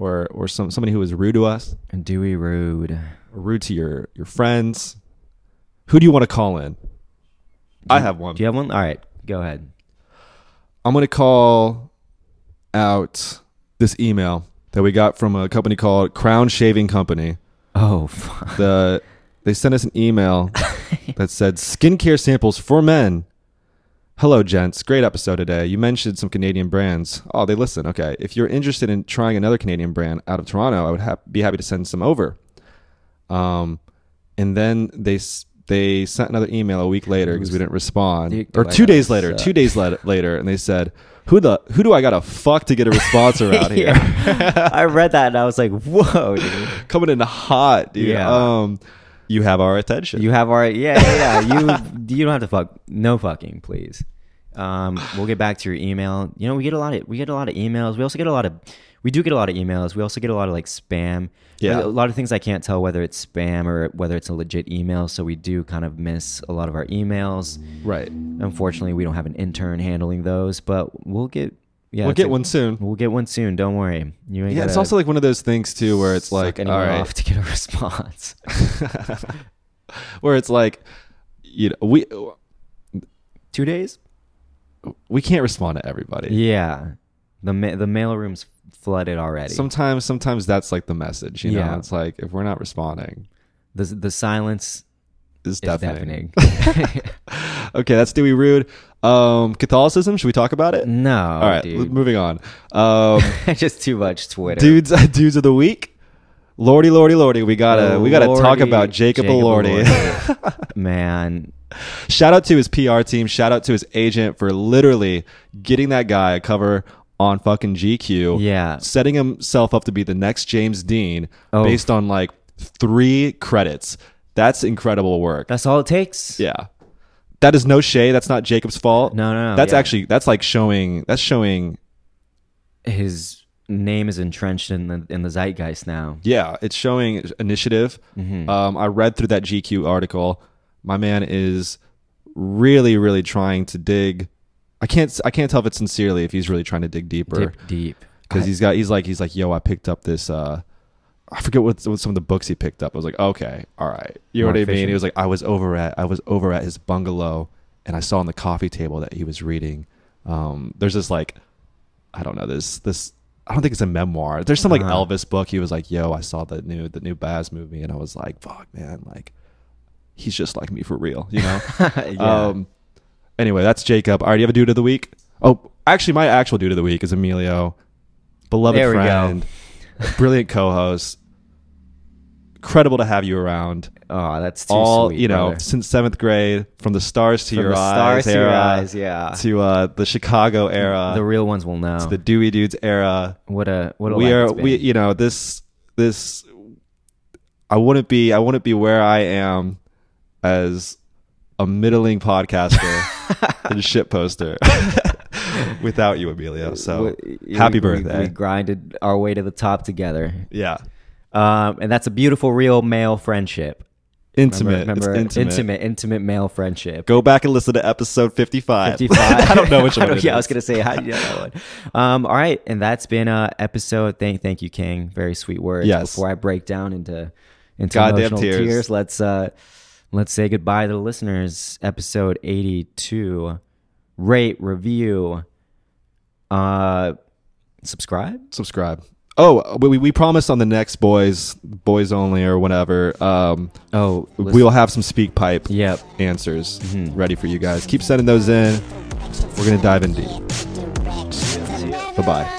Speaker 1: or or some somebody who is rude to us?
Speaker 2: Dewey Rude.
Speaker 1: rude to your your friends. Who do you want to call in? I have one.
Speaker 2: Do you have one? All right. Go ahead.
Speaker 1: I'm going to call out this email that we got from a company called Crown Shaving Company.
Speaker 2: Oh. Fuck.
Speaker 1: The they sent us an email that said skincare samples for men. Hello, gents. Great episode today. You mentioned some Canadian brands. Oh, they listen. Okay. If you're interested in trying another Canadian brand out of Toronto, I would ha- be happy to send some over. Um, and then they s- they sent another email a week later because we didn't respond,
Speaker 2: Dick do
Speaker 1: or
Speaker 2: I
Speaker 1: two
Speaker 2: gotta
Speaker 1: days later.
Speaker 2: suck.
Speaker 1: Two days la- later, and they said, "Who the who do I gotta fuck to get a response around here?"
Speaker 2: Yeah. I read that and I was like, whoa. Dude.
Speaker 1: Coming in hot, dude.
Speaker 2: Yeah.
Speaker 1: Um, you have our attention.
Speaker 2: You have our yeah yeah. yeah. You you don't have to fuck no fucking please. Um, we'll get back to your email. You know we get a lot of we get a lot of emails. We also get a lot of we do get a lot of emails. We also get a lot of like spam.
Speaker 1: Yeah.
Speaker 2: a lot of things I can't tell whether it's spam or whether it's a legit email. So we do kind of miss a lot of our emails.
Speaker 1: right.
Speaker 2: Unfortunately, we don't have an intern handling those, but we'll get yeah
Speaker 1: we'll
Speaker 2: it's
Speaker 1: get
Speaker 2: like-
Speaker 1: one soon.
Speaker 2: We'll get one soon. Don't worry. You ain't
Speaker 1: Yeah, it's
Speaker 2: gotta
Speaker 1: also like one of those things too, where it's like,
Speaker 2: suck
Speaker 1: all
Speaker 2: anyone
Speaker 1: right,
Speaker 2: off to get a response.
Speaker 1: where it's like, you know, we
Speaker 2: Two days.
Speaker 1: we can't respond to everybody.
Speaker 2: Yeah, the ma- the mailroom's flooded already.
Speaker 1: Sometimes, sometimes that's like the message. You
Speaker 2: Yeah.
Speaker 1: know, it's like if we're not responding,
Speaker 2: the the silence
Speaker 1: it's
Speaker 2: is
Speaker 1: deafening.
Speaker 2: deafening.
Speaker 1: okay, that's Dewey Rude. Um, Catholicism. Should we talk about it?
Speaker 2: no,
Speaker 1: all right, l-
Speaker 2: dude,
Speaker 1: moving on. Um,
Speaker 2: just too much Twitter.
Speaker 1: dudes, dudes of the week. Lordy, Lordy, Lordy. We gotta we gotta talk
Speaker 2: Elordi,
Speaker 1: about Jacob,
Speaker 2: Jacob
Speaker 1: Elordi.
Speaker 2: Elordi. Man,
Speaker 1: shout out to his PR team. Shout out to his agent for literally getting that guy a cover on fucking GQ.
Speaker 2: yeah.
Speaker 1: setting himself up to be the next James Dean
Speaker 2: Oh.
Speaker 1: based on like three credits. That's incredible work.
Speaker 2: That's all it takes.
Speaker 1: yeah. That is no shade. That's not Jacob's fault.
Speaker 2: No, no, no.
Speaker 1: That's
Speaker 2: yeah.
Speaker 1: actually that's like showing that's showing
Speaker 2: his name is entrenched in the in the zeitgeist now.
Speaker 1: yeah, it's showing initiative. Um I read through that GQ article. My man is really really trying to dig I can't I can't tell if it's sincerely if he's really trying to dig deeper.
Speaker 2: Dip deep.
Speaker 1: because he's got he's like he's like yo i picked up this uh i forget what, what some of the books he picked up i was like okay all right you know
Speaker 2: Mark
Speaker 1: what i mean
Speaker 2: Fisher.
Speaker 1: he was like i was over at i was over at his bungalow and i saw on the coffee table that he was reading um there's this like i don't know this this i don't think it's a memoir there's some like
Speaker 2: Uh-huh.
Speaker 1: elvis book he was like yo i saw the new the new baz movie and i was like fuck man like he's just like me for real you know
Speaker 2: yeah.
Speaker 1: um, anyway, that's Jacob. All right, you have a dude of the week? Oh, actually, my actual dude of the week is Emilio, beloved
Speaker 2: There we go.
Speaker 1: friend, brilliant co-host. Incredible to have you around.
Speaker 2: oh, that's too
Speaker 1: All
Speaker 2: sweet,
Speaker 1: you know,
Speaker 2: brother.
Speaker 1: since seventh grade, from the stars to
Speaker 2: From
Speaker 1: your
Speaker 2: the
Speaker 1: eyes,
Speaker 2: stars to your
Speaker 1: era,
Speaker 2: eyes, yeah.
Speaker 1: to uh, the Chicago era,
Speaker 2: the real ones will know.
Speaker 1: the Dewey dudes era.
Speaker 2: what a what a
Speaker 1: we
Speaker 2: life
Speaker 1: are
Speaker 2: it's been.
Speaker 1: we you know this this i wouldn't be i wouldn't be where i am as a middling podcaster and shit poster without you emilio so
Speaker 2: We-
Speaker 1: happy
Speaker 2: we- we-
Speaker 1: birthday
Speaker 2: We, grinded our way to the top together,
Speaker 1: yeah
Speaker 2: um, and that's a beautiful, real male friendship.
Speaker 1: intimate
Speaker 2: Remember,
Speaker 1: it's intimate.
Speaker 2: intimate, intimate male friendship.
Speaker 1: go back and listen to episode 55,
Speaker 2: 55.
Speaker 1: i don't know which one
Speaker 2: I don't-
Speaker 1: it
Speaker 2: yeah, I was
Speaker 1: is.
Speaker 2: gonna say how do you know that one? Um, all right, and that's been uh episode. Thank, thank you, King. Very sweet words.
Speaker 1: Yes.
Speaker 2: Before I break down into into
Speaker 1: Goddamn
Speaker 2: emotional
Speaker 1: tears.
Speaker 2: tears. let's uh let's say goodbye to the listeners. Episode eighty two. Rate, review, uh, subscribe.
Speaker 1: subscribe oh we, we- we promise on the next boys boys only or whatever um
Speaker 2: Oh,
Speaker 1: we'll have some speak pipe
Speaker 2: Yep.
Speaker 1: answers ready for you guys keep sending those in
Speaker 3: We're gonna dive in deep. Bye bye.